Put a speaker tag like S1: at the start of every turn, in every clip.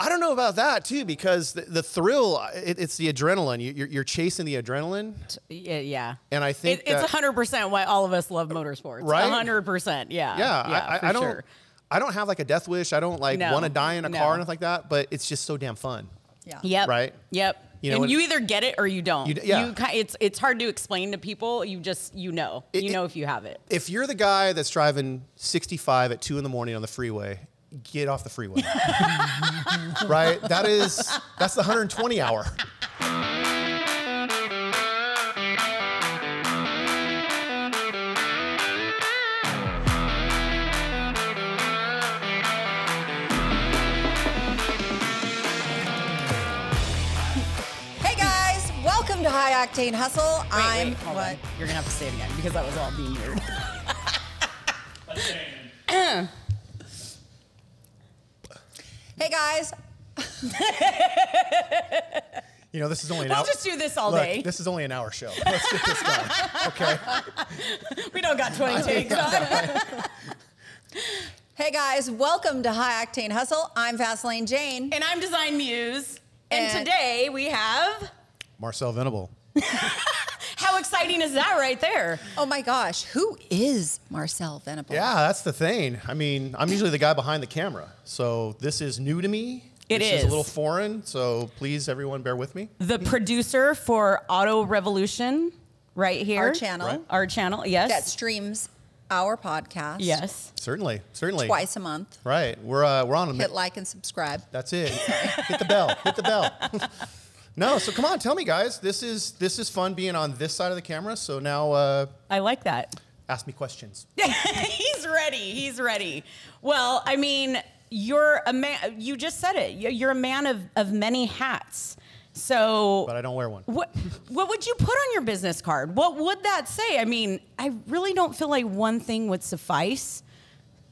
S1: I don't know about that too because the, the thrill, it, it's the adrenaline. You, you're, you're chasing the adrenaline,
S2: Yeah, yeah.
S1: and I think
S2: It, it's
S1: that-
S2: hundred percent why all of us love motorsports.
S1: Right?
S2: hundred percent. Yeah.
S1: yeah, I- I,
S2: for
S1: I don't.
S2: Sure.
S1: I don't have like a death wish. I don't like
S2: No,
S1: want to die in a
S2: no.
S1: car or anything like that. But it's just so damn fun.
S3: Yeah.
S2: Yep.
S1: Right?
S2: Yep.
S1: You know,
S2: and
S1: and-
S2: you either get it or you don't.
S1: You d- yeah.
S2: You, ki- it's it's hard to explain to people. You just you know
S1: It-
S2: you
S1: it-
S2: know if you have it.
S1: If you're the guy that's driving 65 at two in the morning on the freeway, get off the freeway. right? That is that's the 120 hour.
S3: Hey guys, welcome to High Octane Hustle.
S2: Wait,
S3: I'm
S2: wait, hold
S3: what?
S2: on. You're gonna have to say it again because that was all being weird.
S3: Hey guys,
S1: You know, this is only an
S2: We'll
S1: hour.
S2: just do this all
S1: Look,
S2: day.
S1: This is only an hour show. Let's get this done. Okay.
S2: we don't got 20 takes on.
S3: hey guys, welcome to High Octane Hustle. I'm Vaseline Jane.
S2: And I'm Design Muse. And,
S3: And-
S2: today we have.
S1: Marcel Venable.
S2: How exciting is that right there?
S3: Oh my gosh, who is Marcel Venable?
S1: Yeah, that's the thing. I mean, I'm usually the guy behind the camera. So this is new to me.
S2: It
S1: this
S2: is.
S1: a little foreign. So please, everyone, bear with me.
S2: The producer for Auto Revolution, right here.
S3: Our channel
S1: Right.
S2: Our channel, yes.
S3: that streams our podcast
S2: yes.
S1: Certainly. Certainly.
S3: twice a month.
S1: Right. We're uh, we're on a mi-
S3: Hit like and subscribe.
S1: That's it. Hit the bell. Hit the bell. no, so come on, tell me, guys. This is this is fun being on this side of the camera. So now, uh,
S2: I like that.
S1: ask me questions.
S2: He's ready. He's ready. Well, I mean, you're a man. You just said it. You- You're a man of, of many hats. So,
S1: But I don't wear one.
S2: what what would you put on your business card? What would that say? I mean, I really don't feel like one thing would suffice.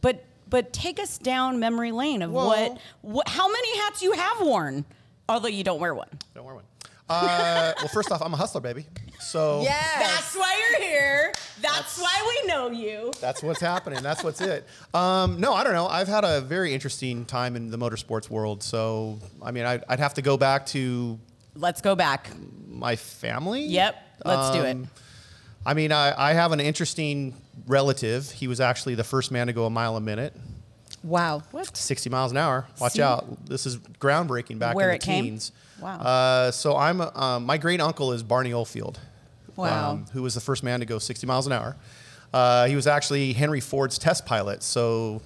S2: But but take us down memory lane of
S1: Well-
S2: what, what how many hats you have worn, although you don't wear one.
S1: Don't wear one. Uh, well, first off, I'm a hustler, baby. So
S3: Yes.
S2: why you're here. That's, why we know you.
S1: that's what's happening. That's what's it. Um, no, I don't know. I've had a very interesting time in the motorsports world. So I mean, I'd, I'd have to go back to
S2: Let's go back.
S1: my family. Um,
S2: Yep. Let's do it.
S1: I mean, I, I have an interesting relative. He was actually the first man to go a mile a minute.
S3: Wow.
S1: 60 miles an hour. Watch
S2: See?
S1: out. This is groundbreaking back
S2: Where
S1: in the
S2: it came?
S1: teens.
S2: Wow.
S1: Uh, so I'm um, my great uncle is Barney Oldfield. um,
S3: Wow.
S1: who was the first man to go 60 miles an hour. Uh, he was actually Henry Ford's test pilot. So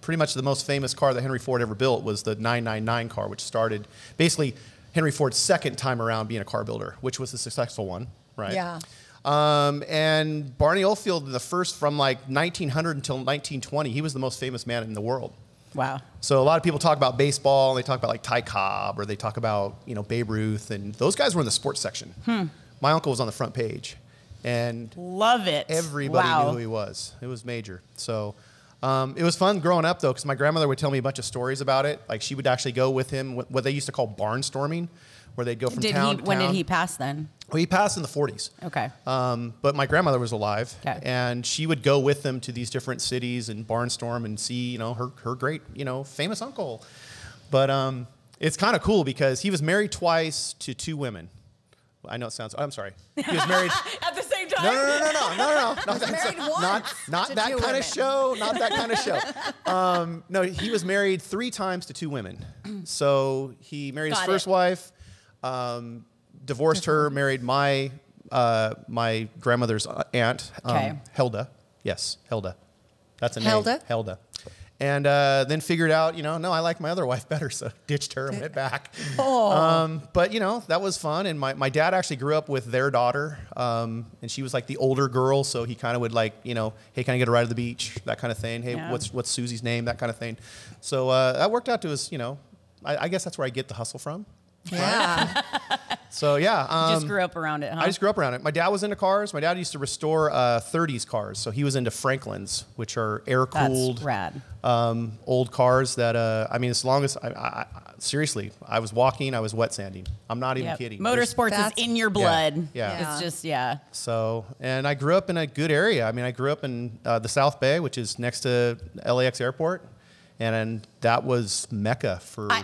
S1: pretty much the most famous car that Henry Ford ever built was the 999 car, which started basically Henry Ford's second time around being a car builder, which was the successful one, right?
S3: Yeah.
S1: Um, and Barney Oldfield, the first from like 1900 until 1920, he was the most famous man in the world.
S2: Wow.
S1: So a lot of people talk about baseball, and they talk about like Ty Cobb, or they talk about you know Babe Ruth, and those guys were in the sports section.
S2: Hmm.
S1: My uncle was on the front page, and
S2: Love it.
S1: everybody
S2: Wow.
S1: knew who he was. It was major. So um, it was fun growing up though, because my grandmother would tell me a bunch of stories about it. Like she would actually go with him wh- what they used to call barnstorming, where they'd go from
S2: Did
S1: town
S2: he
S1: to
S2: when did
S1: town.
S2: he pass then?
S1: Well, he passed in the 40s.
S2: Okay.
S1: Um, but my grandmother was alive,
S2: Okay.
S1: and she would go with them to these different cities and barnstorm and see, you know, her her great, you know, famous uncle. But um, it's kind of cool because he was married twice to two women. I know it sounds. I'm sorry. He was married.
S2: At the same time.
S1: No, no, no, no, no, no, no, no. Not
S3: married once
S1: not, not
S3: to
S1: that
S3: two
S1: kind
S3: women.
S1: of show. Not that kind of show. Um, no, he was married three times to two women. So he married
S2: Got
S1: his first
S2: it.
S1: wife, um, divorced her, married my uh, my grandmother's uh, aunt, um,
S2: Okay.
S1: Helda. Yes, Helda. That's a
S3: Helda?
S1: name. Helda. And uh, then figured out, you know, no, I like my other wife better, so ditched her and went back.
S3: Oh.
S1: Um, but you know, that was fun. And my, my dad actually grew up with their daughter, um, and she was like the older girl, so he kind of would like, you know, hey, can I get a ride to the beach? That kind of thing. Hey,
S2: Yeah.
S1: what's what's Susie's name? That kind of thing. So uh, that worked out to us, you know. I, I guess that's where I get the hustle from.
S3: yeah.
S1: So yeah, um,
S2: just grew up around it, huh?
S1: I just grew up around it. My dad was into cars. My dad used to restore uh, 30s cars, so he was into Franklins, which are air cooled,
S2: rad.
S1: um, old cars. That uh, I mean, as long as I, I, I seriously, I was walking, I was wet sanding. I'm not even
S2: Yep.
S1: kidding. There's-
S2: Motorsports is
S3: That's-
S2: in your blood.
S1: yeah.
S3: Yeah.
S2: It's just yeah.
S1: So, and I grew up in a good area. I mean, I grew up in uh, the South Bay, which is next to LAX Airport, and, that was mecca for
S2: I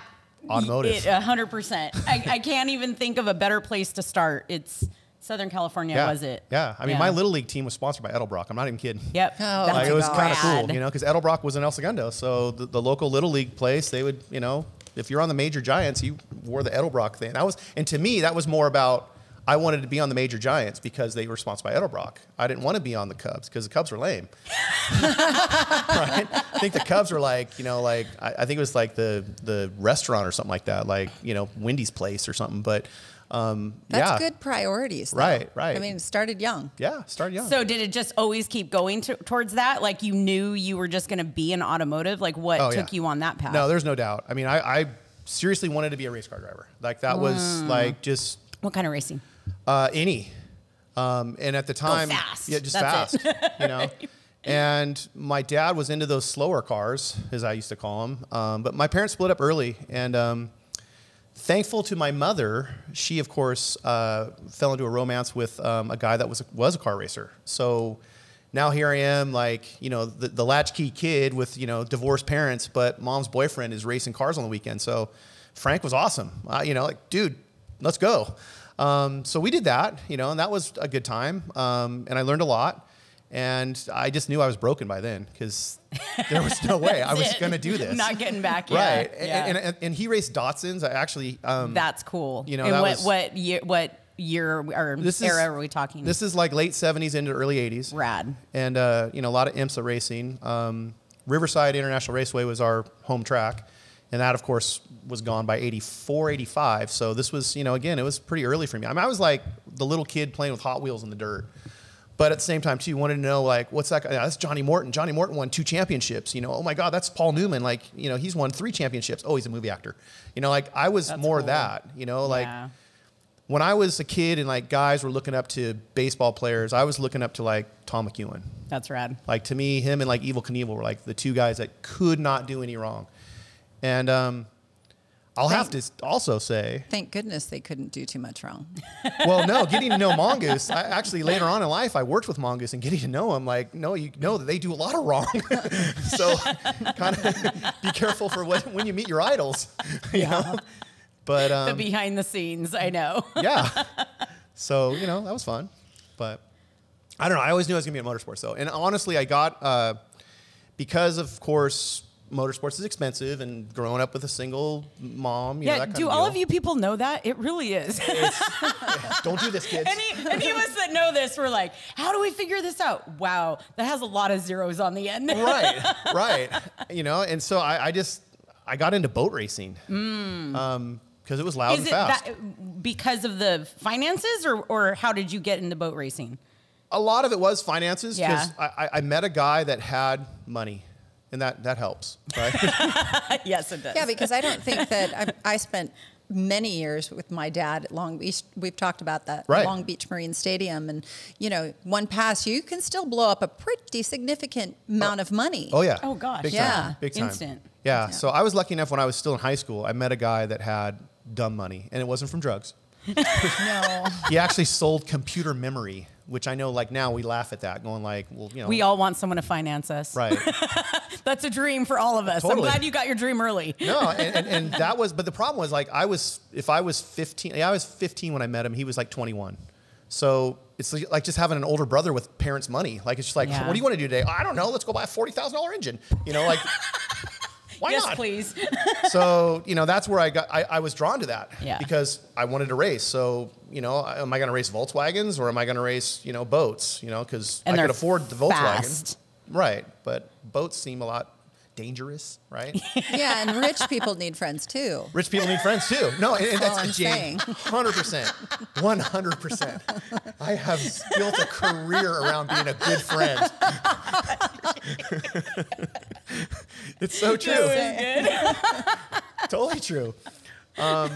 S1: automotive.
S2: It- oh, A hundred percent. I, I can't even think of a better place to start. It's Southern California,
S1: yeah.
S2: was it?
S1: Yeah. I mean, my little league team was sponsored by Edelbrock. I'm not even kidding.
S2: Yep.
S3: Oh,
S1: Like,
S3: my
S1: it was
S3: God.
S1: kind of cool,
S2: Rad.
S1: you know, because Edelbrock was in El Segundo. So the, the local little league place, they would, you know, if you're on the major giants, you wore the Edelbrock thing. That was, and to me, that was more about I wanted to be on the major giants because they were sponsored by Edelbrock. I didn't want to be on the Cubs because the Cubs were lame. right? I think the Cubs were like, you know, like I, I think it was like the the restaurant or something like that, like you know, Wendy's place or something. But um,
S3: That's
S1: yeah,
S3: good priorities. though.
S1: Right, right.
S3: I mean, it started young.
S1: Yeah, start young.
S2: So did it just always keep going to, towards that? Like you knew you were just going to be an automotive? Like what
S1: Oh,
S2: took
S1: yeah.
S2: you on that path?
S1: No, there's no doubt. I mean, I, I seriously wanted to be a race car driver. Like that was
S2: Mm.
S1: like just
S2: what kind of racing?
S1: uh, any. Um, and at the time,
S2: fast.
S1: yeah, just
S2: That's it.
S1: fast, you know. And my dad was into those slower cars, as I used to call them. Um, but my parents split up early, and um, thankful to my mother, she of course uh, fell into a romance with um, a guy that was was a car racer. So now here I am, like you know, the, the latchkey kid with you know divorced parents, but mom's boyfriend is racing cars on the weekend. So Frank was awesome. Uh, you know, like dude, let's go. Um, so we did that, you know, and that was a good time, um, and I learned a lot. And I just knew I was broken by then because there was no way I was
S2: That's it.
S1: going to do this.
S2: Not getting back. Yeah,
S1: Right.
S2: yeah.
S1: And, and, and he raced Dotsons. I actually, um,
S2: That's cool.
S1: You know,
S2: and
S1: that
S2: what
S1: was-
S2: what year what year or
S1: This is-
S2: era are we talking?
S1: this is like late 70s into early 80s.
S2: Rad.
S1: And, uh, you know, a lot of IMSA racing. Um, Riverside International Raceway was our home track. And that, of course, was gone by 84, 85. So this was, you know, again, it was pretty early for me. I mean, I was like the little kid playing with Hot Wheels in the dirt. But at the same time, too, you wanted to know, like, what's that guy? Yeah, that's Johnny Morton. Johnny Morton won two championships. You know, oh my God, that's Paul Newman. Like, you know, he's won three championships. Oh, he's a movie actor. You know, like, I was
S2: That's
S1: more
S2: cool.
S1: that, you know, like,
S2: Yeah.
S1: when I was a kid and like guys were looking up to baseball players, I was looking up to like Tom McEwen.
S2: That's rad.
S1: Like to me, him and like Evil Knievel were like the two guys that could not do any wrong. And um, I'll have to also say,
S3: Thank goodness they couldn't do too much wrong.
S1: well, no, getting to know Mongoose. I actually later on in life, I worked with Mongoose and getting to know him. Like, no, you know that they do a lot of wrong. so, kind of be careful for what, when you meet your idols. You know, but um,
S2: the behind the scenes, I know.
S1: yeah. So you know that was fun, but I don't know. I always knew I was gonna be in motorsports though, and honestly, I got uh, because of course motorsports is expensive, and growing up with a single mom, you know,
S2: yeah.
S1: that kind
S2: do
S1: of
S2: all
S1: deal.
S2: of you people know that? It really is.
S1: Don't do this, kids.
S2: any, any of us that know this, we're like, how do we figure this out? Wow, that has a lot of zeros on the end.
S1: right, right. You know, and so I, I just I got into boat racing because it was loud
S2: Mm. Is
S1: and
S2: it
S1: fast.
S2: that because of the finances, or or how did you get into boat racing?
S1: a lot of it was finances because
S2: Yeah.
S1: I, I, I met a guy that had money, and that that helps, right?
S2: yes, it does.
S3: yeah, because I don't think that I, I spent many years with my dad at Long Beach. We've talked about that
S1: Right.
S3: Long Beach Marine Stadium, and you know, one pass you can still blow up a pretty significant amount of money.
S1: Oh yeah.
S2: Oh, gosh.
S1: Big
S3: Yeah.
S1: Time. Big time.
S2: Instant.
S1: Yeah.
S3: Yeah.
S1: So I was lucky enough when I was still in high school. I met a guy that had dumb money, and it wasn't from drugs.
S3: no.
S1: He actually sold computer memory, which I know, like now we laugh at that, going like, well, you know,
S2: We all want someone to finance us.
S1: right.
S2: That's a dream for all of us. I'm
S1: Totally.
S2: glad you got your dream early.
S1: No, and, and, and that was, but the problem was like I was, if I was 15, yeah, I was 15 when I met him. He was like 21. So it's like like just having an older brother with parents' money. Like it's just like,
S2: Yeah.
S1: what do you want to do today? I don't know. Let's go buy a forty thousand dollar engine. You know, like why
S2: yes,
S1: not?
S2: please.
S1: so you know that's where I got I, I was drawn to that
S2: Yeah.
S1: because I wanted to race. So you know, I- am I going to race Volkswagens or am I going to race you know boats? You know, because I
S2: And
S1: could
S2: they're
S1: afford the Volkswagen,
S2: fast.
S1: right? But boats seem a lot dangerous, right?
S3: Yeah, and rich people need friends too.
S1: Rich people need friends too. No, and, and
S3: That's all
S2: Oh,
S1: that's
S3: I'm saying.
S1: hundred percent, one hundred percent. I have built a career around being a good friend. it's so true. totally true. Um,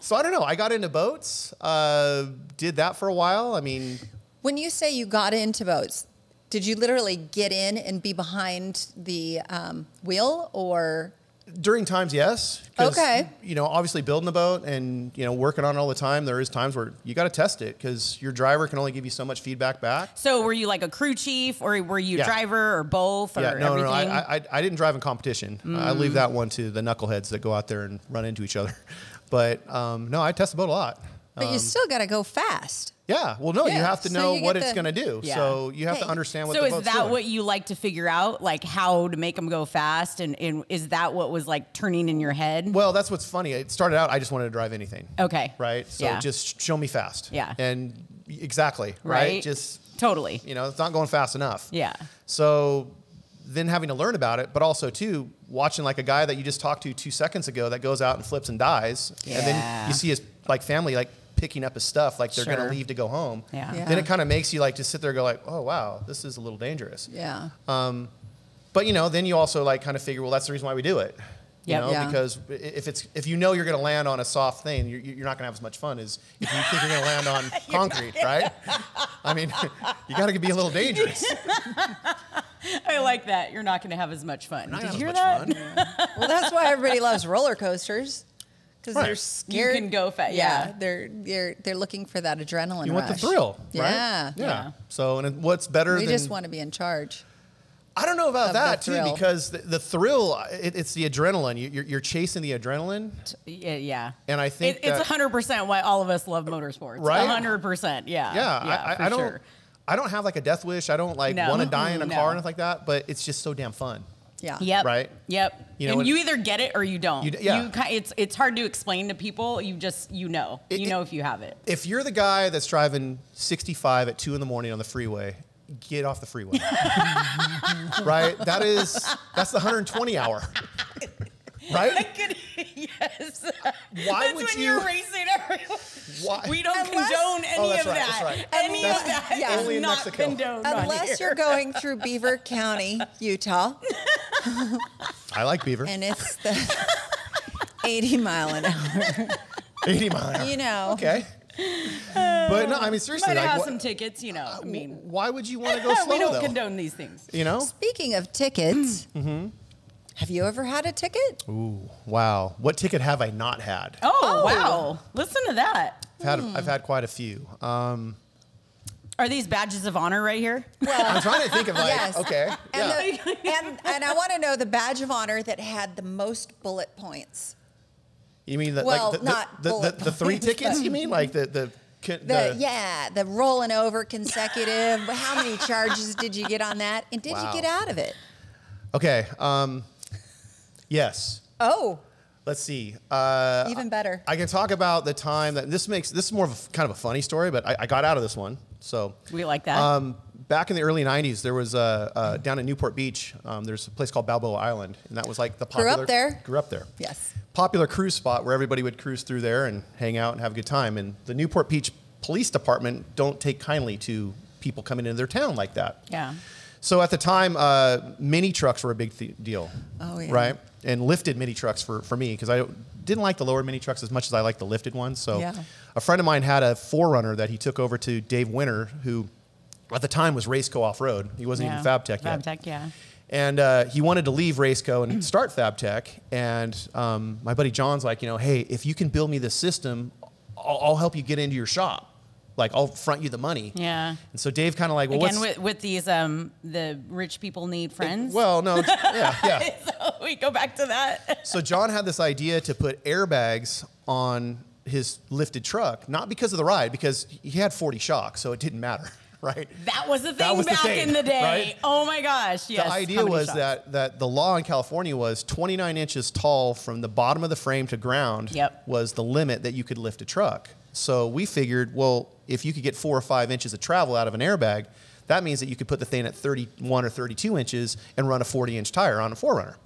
S1: so I don't know. I got into boats, uh, did that for a while. I mean,
S3: When you say you got into boats, did you literally get in and be behind the um, wheel, or
S1: During times, yes. 'cause,
S3: Okay.
S1: You know, obviously building a boat and you know working on it all the time. There is times where you got to test it because your driver can only give you so much feedback back.
S2: So were you like a crew chief, or were you
S1: Yeah.
S2: driver, or both, or
S1: Yeah, no, no,
S2: everything?
S1: no. I, I, I didn't drive in competition. I leave that one to the knuckleheads that go out there and run into each other. But um, no, I test the boat a lot.
S3: But
S1: Um,
S3: you still got to go fast.
S1: Yeah. Well, no, you
S3: Yeah,
S1: have to
S3: so
S1: know
S3: you
S1: what
S3: get
S1: it's
S3: the-
S1: going to do.
S2: Yeah.
S1: So you have to
S3: Hey,
S1: understand what
S2: so
S1: the
S2: is
S1: boat's
S2: that
S1: doing.
S2: what you like to figure out, like how to make them go fast, and, and is that what was like turning in your head?
S1: well, that's what's funny. It started out, I just wanted to drive anything.
S2: okay,
S1: Right. So
S2: yeah.
S1: just show me fast.
S2: Yeah.
S1: And exactly.
S2: Right.
S1: right? Just,
S2: totally,
S1: you know, it's not going fast enough.
S2: yeah,
S1: So then having to learn about it, but also too watching like a guy that you just talked to two seconds ago that goes out and flips and dies, and
S2: Yeah.
S1: then you see his like family like picking up his stuff like they're
S2: Sure.
S1: gonna leave to go home.
S2: Yeah. Yeah.
S1: Then it kind of makes you like just sit there and go like, oh wow, this is a little dangerous.
S3: Yeah.
S1: But you know, then you also like kind of figure, well, that's the reason why we do it. You
S2: Yep.
S1: know,
S3: Yeah.
S1: because i- if it's if you know you're going to land on a soft thing, you're, you're not going to have as much fun as if you think you're going to land on concrete, right? I mean, you got to be a little dangerous.
S2: I like that. You're not going to have as much fun.
S1: Not
S2: Did
S1: as
S2: you hear
S1: much
S2: that?
S1: fun.
S3: well, that's why everybody loves roller coasters because
S1: Right.
S3: they're
S1: You
S3: scared.
S2: can go fa- yeah.
S3: they're they're they're looking for that adrenaline.
S1: You want the
S3: rush.
S1: thrill, right?
S3: Yeah.
S1: yeah.
S2: Yeah.
S1: So, and it- what's better
S3: We
S1: than
S3: just want to be in charge.
S1: I don't know about
S3: of the
S1: that too,
S3: thrill.
S1: because the, the thrill, it, it's the adrenaline. You, you're, you're chasing the adrenaline,
S2: Yeah, yeah.
S1: and I think
S2: It, it's
S1: that-
S2: 100% why all of us love motorsports.
S1: Right?
S2: 100%. Yeah.
S1: yeah, I,
S2: for
S1: I, I don't.
S2: sure.
S1: I don't have like a death wish. I don't like
S2: No.
S1: want to die in a
S2: Mm,
S1: car
S2: no.
S1: or anything like that. But it's just so damn fun.
S3: Yeah.
S2: Yep.
S1: Right?
S2: Yep.
S1: You know,
S2: and
S1: and-
S2: you either get it or you don't.
S1: You d- yeah.
S2: You ki- it's it's hard to explain to people. You just you know.
S1: It-
S2: you
S1: it-
S2: know if you have it.
S1: If you're the guy that's driving 65 at two in the morning on the freeway, get off the freeway. right? That is that's the 120 hour. Right?
S2: yes.
S1: Why
S2: that's
S1: would
S2: when
S1: you?
S2: are racing everyone.
S1: Why-
S2: We don't
S3: Unless-
S2: condone any
S1: Oh, that's
S2: of
S1: right,
S2: that.
S1: that's right.
S2: Any
S3: Unless-
S2: of that
S3: yeah.
S2: is
S1: Only in
S2: not
S1: Mexico.
S2: condoned. on
S3: Unless
S2: here.
S3: you're going through Beaver County, Utah,
S1: I like Beaver.
S3: and it's the 80 mile an hour.
S1: 80 mile. an hour.
S3: You know.
S1: Okay. But no, I mean seriously,
S2: might
S1: like,
S2: have
S1: wha-
S2: some tickets, you know. I mean,
S1: why would you want to uh, go slow
S2: we don't
S1: though?
S2: condone these things.
S1: you know?
S3: Speaking of tickets, have you ever had a ticket?
S1: Mm-hmm. Ooh, wow. What ticket have I not had?
S2: Oh, wow! Listen to that.
S1: I've had, I've had quite a few. Um,
S2: Are these badges of honor right here?
S1: I'm trying to think of like,
S3: Yes.
S1: okay.
S3: And,
S1: Yeah.
S3: the- and, and I want to know the badge of honor that had the most bullet points.
S1: you mean the,
S3: well,
S1: like the,
S3: not
S1: the, the,
S3: bullet
S1: the, the three
S3: points,
S1: tickets?
S3: but-
S1: You mean like the, the, the,
S3: The, yeah, the rolling over consecutive. How many charges did you get on that? And did
S1: Wow.
S3: you get out of it?
S1: Okay. Um, yes.
S3: Oh,
S1: Let's see. Uh,
S3: even better.
S1: I can talk about the time that this makes this is more of a, f- kind of a funny story, but I, I got out of this one. So
S2: We like that.
S1: Um, back in the early '90s, there was uh, uh, down in Newport Beach. Um, there's a place called Balboa Island, and that was like the
S3: Grew
S1: popular.
S3: up there.
S1: Grew up there.
S3: Yes.
S1: Popular cruise spot where everybody would cruise through there and hang out and have a good time. And the Newport Beach Police Department don't take kindly to people coming into their town like that.
S2: yeah.
S1: So at the time, uh, mini trucks were a big th- deal.
S3: Oh, yeah.
S1: Right? And lifted mini trucks for, for me because I didn't like the lower mini trucks as much as I liked the lifted ones. So
S3: Yeah.
S1: a friend of mine had a Forerunner that he took over to Dave Winter, who at the time was Raceco Off Road. He wasn't
S2: yeah.
S1: even FabTech yet.
S2: FabTech, yeah.
S1: And uh, he wanted to leave Raceco and start FabTech. And um, my buddy John's like, you know, hey, if you can build me this system, I'll, I'll help you get into your shop. Like, I'll front you the money.
S2: Yeah.
S1: And so Dave kind of like, well,
S2: Again,
S1: what's...
S2: with, with these, um, the rich people need friends.
S1: Well, no, yeah, yeah.
S2: so we go back to that.
S1: So John had this idea to put airbags on his lifted truck, not because of the ride, because he had 40 shocks, so it didn't matter, right?
S2: That was the
S1: That
S2: thing
S1: was the
S2: back
S1: thing,
S2: in the day.
S1: right?
S2: Oh my gosh. Yes.
S1: the idea
S2: how many
S1: was
S2: shots?
S1: that that the law in California was 29 inches tall from the bottom of the frame to ground
S2: Yep.
S1: was the limit that you could lift a truck. So we figured, well, if you could get four or five inches of travel out of an airbag, that means that you could put the thing at 31 or 32 inches and run a 40 inch tire on a Forerunner,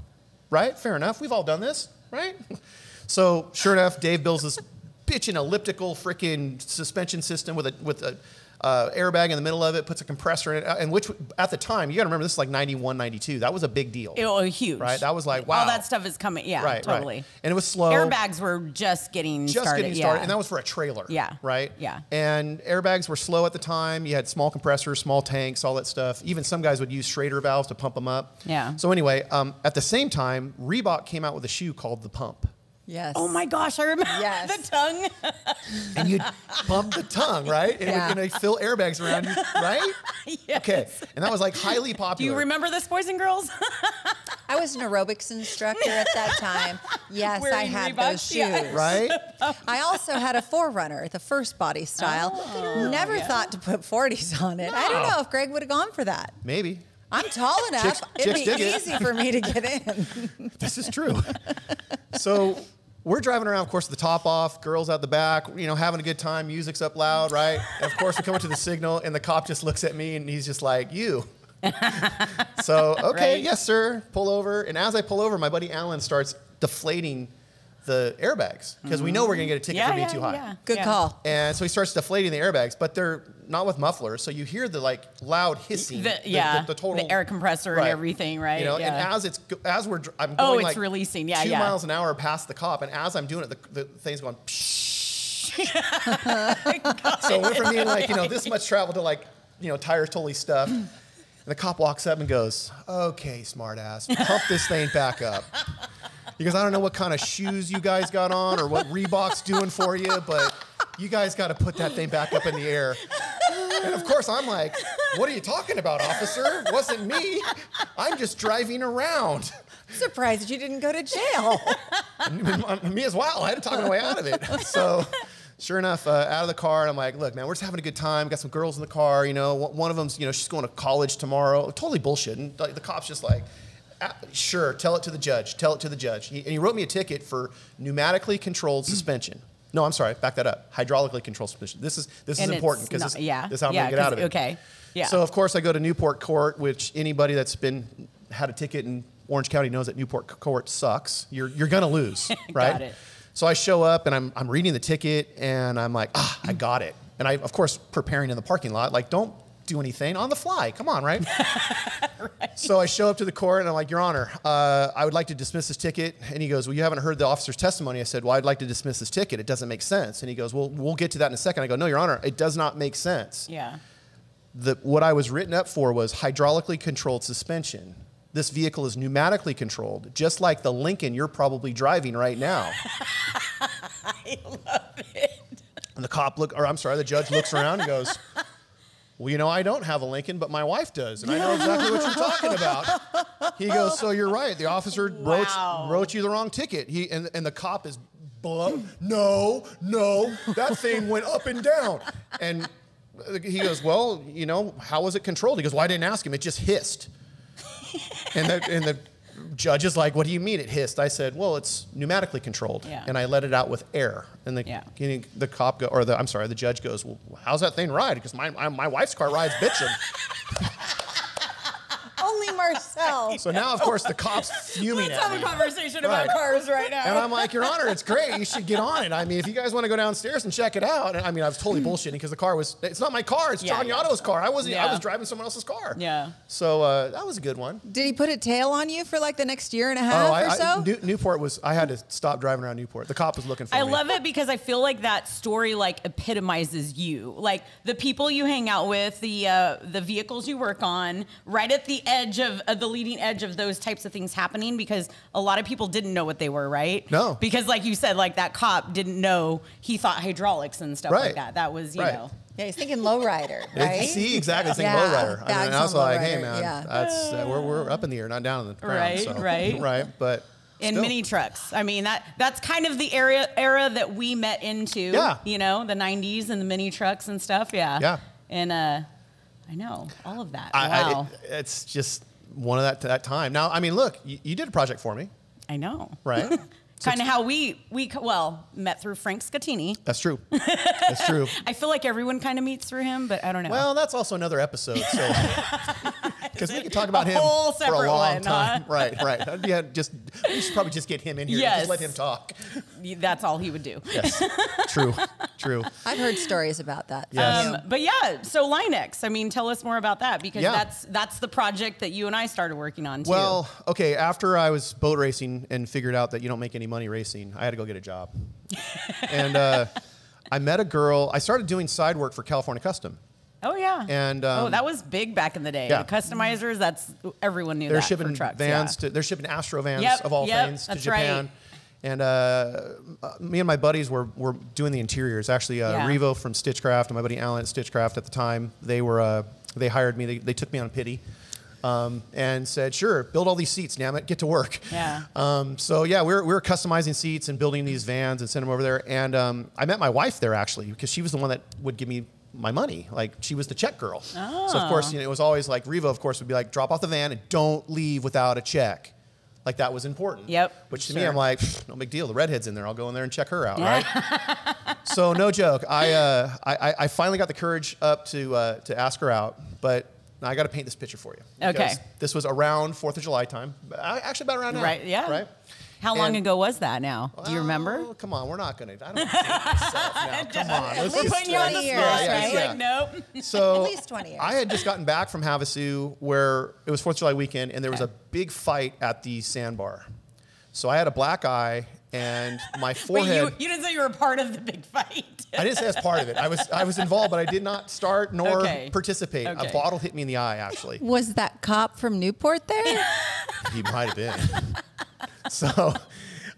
S1: right? Fair enough. We've all done this, right? So sure enough, Dave builds this bitchin' elliptical freaking suspension system with a with a uh, airbag in the middle of it, puts a compressor in it, uh, and which at the time you got to remember this is like 91, 92. That was a big deal.
S2: It was huge.
S1: Right, that was like, wow.
S2: All that stuff is coming. Yeah,
S1: right,
S2: totally.
S1: right. And it was slow.
S2: Airbags were just getting
S1: just
S2: started.
S1: getting started,
S2: yeah.
S1: and that was for a trailer.
S2: Yeah.
S1: Right.
S2: Yeah.
S1: And airbags were slow at the time. You had small compressors, small tanks, all that stuff. Even some guys would use Schrader valves to pump them up.
S2: Yeah.
S1: So anyway, um, at the same time, Reebok came out with a shoe called the Pump,
S3: Yes.
S2: Oh my gosh, I remember
S3: Yes.
S2: the tongue.
S1: and you'd pump the tongue, right? And
S3: Yeah.
S1: it was gonna fill airbags around you, right? Okay. And that was like highly popular.
S2: Do you remember this, boys and girls?
S3: I was an aerobics instructor at that time. Yes, I
S2: Wearing
S3: had
S2: Reeboks?
S3: those shoes.
S2: Yeah.
S1: Right.
S3: I also had a Forerunner, the first body
S1: Oh,
S3: style. Never thought to put 40s on it. I don't know if Greg would have gone for that.
S1: Maybe.
S3: I'm tall enough.
S1: Chicks-
S3: It'd
S1: chicks
S3: be
S1: dig it.
S3: easy for me to get in.
S1: This is true. so we're driving around, of course, the top off, girls out the back, you know, having a good time, music's up loud, right? And of course, we come up to the signal, and the cop just looks at me and he's just like, You. so, okay,
S2: Right.
S1: yes, sir, pull over. And as I pull over, my buddy Alan starts deflating the airbags because we know we're going to get a ticket for being too high.
S3: Good call.
S1: And so he starts deflating the airbags, but they're not with mufflers. So you hear the like loud hissing,
S2: The- yeah, the air compressor and everything, right?
S1: You know, and
S2: Yeah.
S1: as it's go- as we're dr- I'm
S2: Oh,
S1: going
S2: it's
S1: like
S2: releasing. Yeah,
S1: two
S2: yeah.
S1: miles an hour past the cop, and as I'm doing it, the, the thing's going. so we're from being like you know this much travel to like you know tires totally stuffed. And the cop walks up and goes, "Okay, smartass, pump this thing back up." He goes, "I don't know what kind of shoes you guys got on or what Reebok's doing for you, but you guys got to put that thing back up in the air." And of course, I'm like, "What are you talking about, officer? Wasn't me. I'm just driving around."
S3: Surprised you didn't go to jail.
S1: me as well. I had to talk my way out of it. So, sure enough, uh, out of the car, I'm like, look, man, we're just having a good time. Got some girls in the car. You know, one one of them's, you know, she's going to college tomorrow. Totally bullshit. And like, the cop's just like, "Ah, sure, tell it to the judge. Tell it to the judge. He, and he wrote me a ticket for pneumatically controlled suspension. No, I'm sorry. Back that up. Hydraulically controlled suspension. This is this
S2: And
S1: is
S2: it's
S1: important because
S2: not-
S1: this,
S2: yeah,
S1: this is how I'm
S2: yeah,
S1: gonna get out
S2: 'cause-
S1: of it.
S2: okay, yeah.
S1: So of course I go to Newport Court, which anybody that's been had a ticket in Orange County knows that Newport Court sucks. You're you're gonna lose, right?
S2: Got it.
S1: So I show up and I'm I'm reading the ticket and I'm like, ah, I got it. And I of course preparing in the parking lot, like don't do anything on the fly. Come on, right? So I show up to the court and I'm like, Your Honor, uh, I would like to dismiss this ticket. And he goes, Well, you haven't heard the officer's testimony. I said, Well, I'd like to dismiss this ticket. It doesn't make sense. And he goes, Well, we'll get to that in a second. I go, No, Your Honor, it does not make sense
S2: Yeah.
S1: the, what I was written up for was hydraulically controlled suspension. This vehicle is pneumatically controlled, just like the Lincoln you're probably driving right now.
S2: I love it.
S1: And the cop look, or I'm sorry, the judge looks around and goes, "Well, you know, I don't have a Lincoln, but my wife does, and I know exactly what you're talking about." He goes, "So you're right. The officer
S2: Wow.
S1: wrote, wrote you the wrong ticket." He and, and the cop is blow. No, no, that thing went up and down, and he goes, "Well, you know, how was it controlled?" He goes, "Well, I didn't ask him. It just hissed." And the and the judge is like, "What do you mean it hissed?" I said, "Well, it's pneumatically controlled,
S2: Yeah.
S1: and I let it out with air." And the
S2: Yeah.
S1: you know, the cop go, or the I'm sorry, the judge goes, "Well, how's that thing ride?" Because my, my my wife's car rides bitching.
S3: Only Marcel.
S1: So now, of course, the cop's fuming
S2: Let's
S1: at
S2: have
S1: me.
S2: a conversation
S1: Right.
S2: about cars right now.
S1: And I'm like, Your Honor, it's great. You should get on it. I mean, if you guys want to go downstairs and check it out, and I mean, I was totally bullshitting because the car was—it's not my car. It's
S2: Yeah,
S1: John
S2: yeah.
S1: Yotto's car. I wasn't. I
S2: Yeah.
S1: was driving someone else's car.
S2: Yeah.
S1: So uh, that was a good one.
S3: Did he put a tail on you for like the next year and a half
S1: Oh,
S3: or
S1: I,
S3: so?
S1: I, New, Newport was. I had to stop driving around Newport. The cop was looking for
S2: I
S1: me.
S2: love it because I feel like that story like epitomizes you, like the people you hang out with, the uh, the vehicles you work on, right at the edge of uh, the leading edge of those types of things happening. Because a lot of people didn't know what they were, right?
S1: No.
S2: because like you said, like that cop didn't know he thought hydraulics and stuff
S1: Right.
S2: like that. That was you
S1: Right.
S2: know.
S3: yeah, he's thinking lowrider, right?
S1: See, exactly. It's like
S3: Yeah,
S1: lowrider. I,
S3: bags
S1: mean, I
S3: on
S1: was like,
S3: lowrider,
S1: hey, man,
S3: yeah.
S1: that's, uh, we're, we're up in the air, not down in the ground.
S2: Right,
S1: so-
S2: right.
S1: right. But
S2: In
S1: still.
S2: mini trucks. I mean that that's kind of the area era that we met into.
S1: Yeah.
S2: You know, the nineties and the mini trucks and stuff. Yeah.
S1: Yeah.
S2: And uh I know. All of that.
S1: I, I-
S2: wow.
S1: it- it's just one of that that time. Now, I mean, look, you, you did a project for me,
S2: I know.
S1: right?
S2: Kind of how we we co- well met through Frank Scatini.
S1: that's true. That's true.
S2: I feel like everyone kind of meets through him, but I don't know.
S1: Well, that's also another episode. So Because we could talk about
S2: a
S1: him
S2: whole
S1: for a
S2: separate
S1: long
S2: one,
S1: time.
S2: huh?
S1: Right, right. That'd be, uh, just we should probably just get him in here. and
S2: Yes.
S1: Just let him talk.
S2: That's all he would do.
S1: Yes, true, true.
S3: I've heard stories about that.
S1: Yes.
S2: Um, but yeah, so Linex. I mean, tell us more about that because
S1: Yeah.
S2: that's that's the project that you and I started working on too.
S1: Well, okay. After I was boat racing and figured out that you don't make any money racing, I had to go get a job. and uh, I met a girl. I started doing side work for California Custom.
S2: oh yeah,
S1: and,
S2: oh,
S1: um,
S2: that was big back in the day.
S1: Yeah.
S2: Customizers. That's everyone knew
S1: They're
S2: that
S1: shipping
S2: for trucks.
S1: vans
S2: yeah.
S1: to they're shipping Astro vans
S2: Yep,
S1: of all
S2: yep,
S1: things to
S2: that's right.
S1: Japan. And uh, me and my buddies were, were doing the interiors. Actually, uh,
S2: Yeah.
S1: Revo from Stitchcraft and my buddy Alan at Stitchcraft at the time they were uh, they hired me. They, they took me on pity. Um, and said, sure, build all these seats, damn it, get to work.
S2: Yeah.
S1: Um, so yeah, we were, we were customizing seats and building these vans and sent them over there. And um, I met my wife there actually because she was the one that would give me my money. Like she was the check girl. So of
S2: Ah.
S1: course, you know, it was always like Revo. Of course, would be like drop off the van and don't leave without a check. Like that was important.
S2: Yep,
S1: Which to me,
S2: sure.
S1: I'm like, "Pfft, no big deal. The redhead's in there. I'll go in there and check her out. Right so no joke. I, uh, I I- I finally got the courage up to uh, to ask her out, but I got to paint this picture for you. because
S2: Okay.
S1: This was around Fourth of July time. Uh, Actually, about around now.
S2: Right, yeah.
S1: Right.
S2: How long
S1: and-
S2: ago was that? Now, do you remember?
S1: Oh, come on, we're not gonna. I don't. Think myself now. Come on. let's
S2: We're
S1: just
S2: putting you on the
S1: try.
S2: spot.
S3: years,
S1: yeah,
S2: right?
S1: yeah.
S2: Like, nope.
S1: So
S3: At least 20 years.
S1: I had just gotten back from Havasu where it was Fourth of July weekend, and there was
S2: Okay.
S1: a big fight at the sandbar. So I had a black eye, and my
S2: Wait,
S1: forehead.
S2: you, you didn't say you were a part of the big fight.
S1: I didn't say that's part of it. I was I was involved, but I did not start nor
S2: Okay.
S1: participate.
S2: Okay.
S1: A bottle hit me in the eye. Actually,
S3: Was that cop from Newport there?
S1: he might have been. so, um,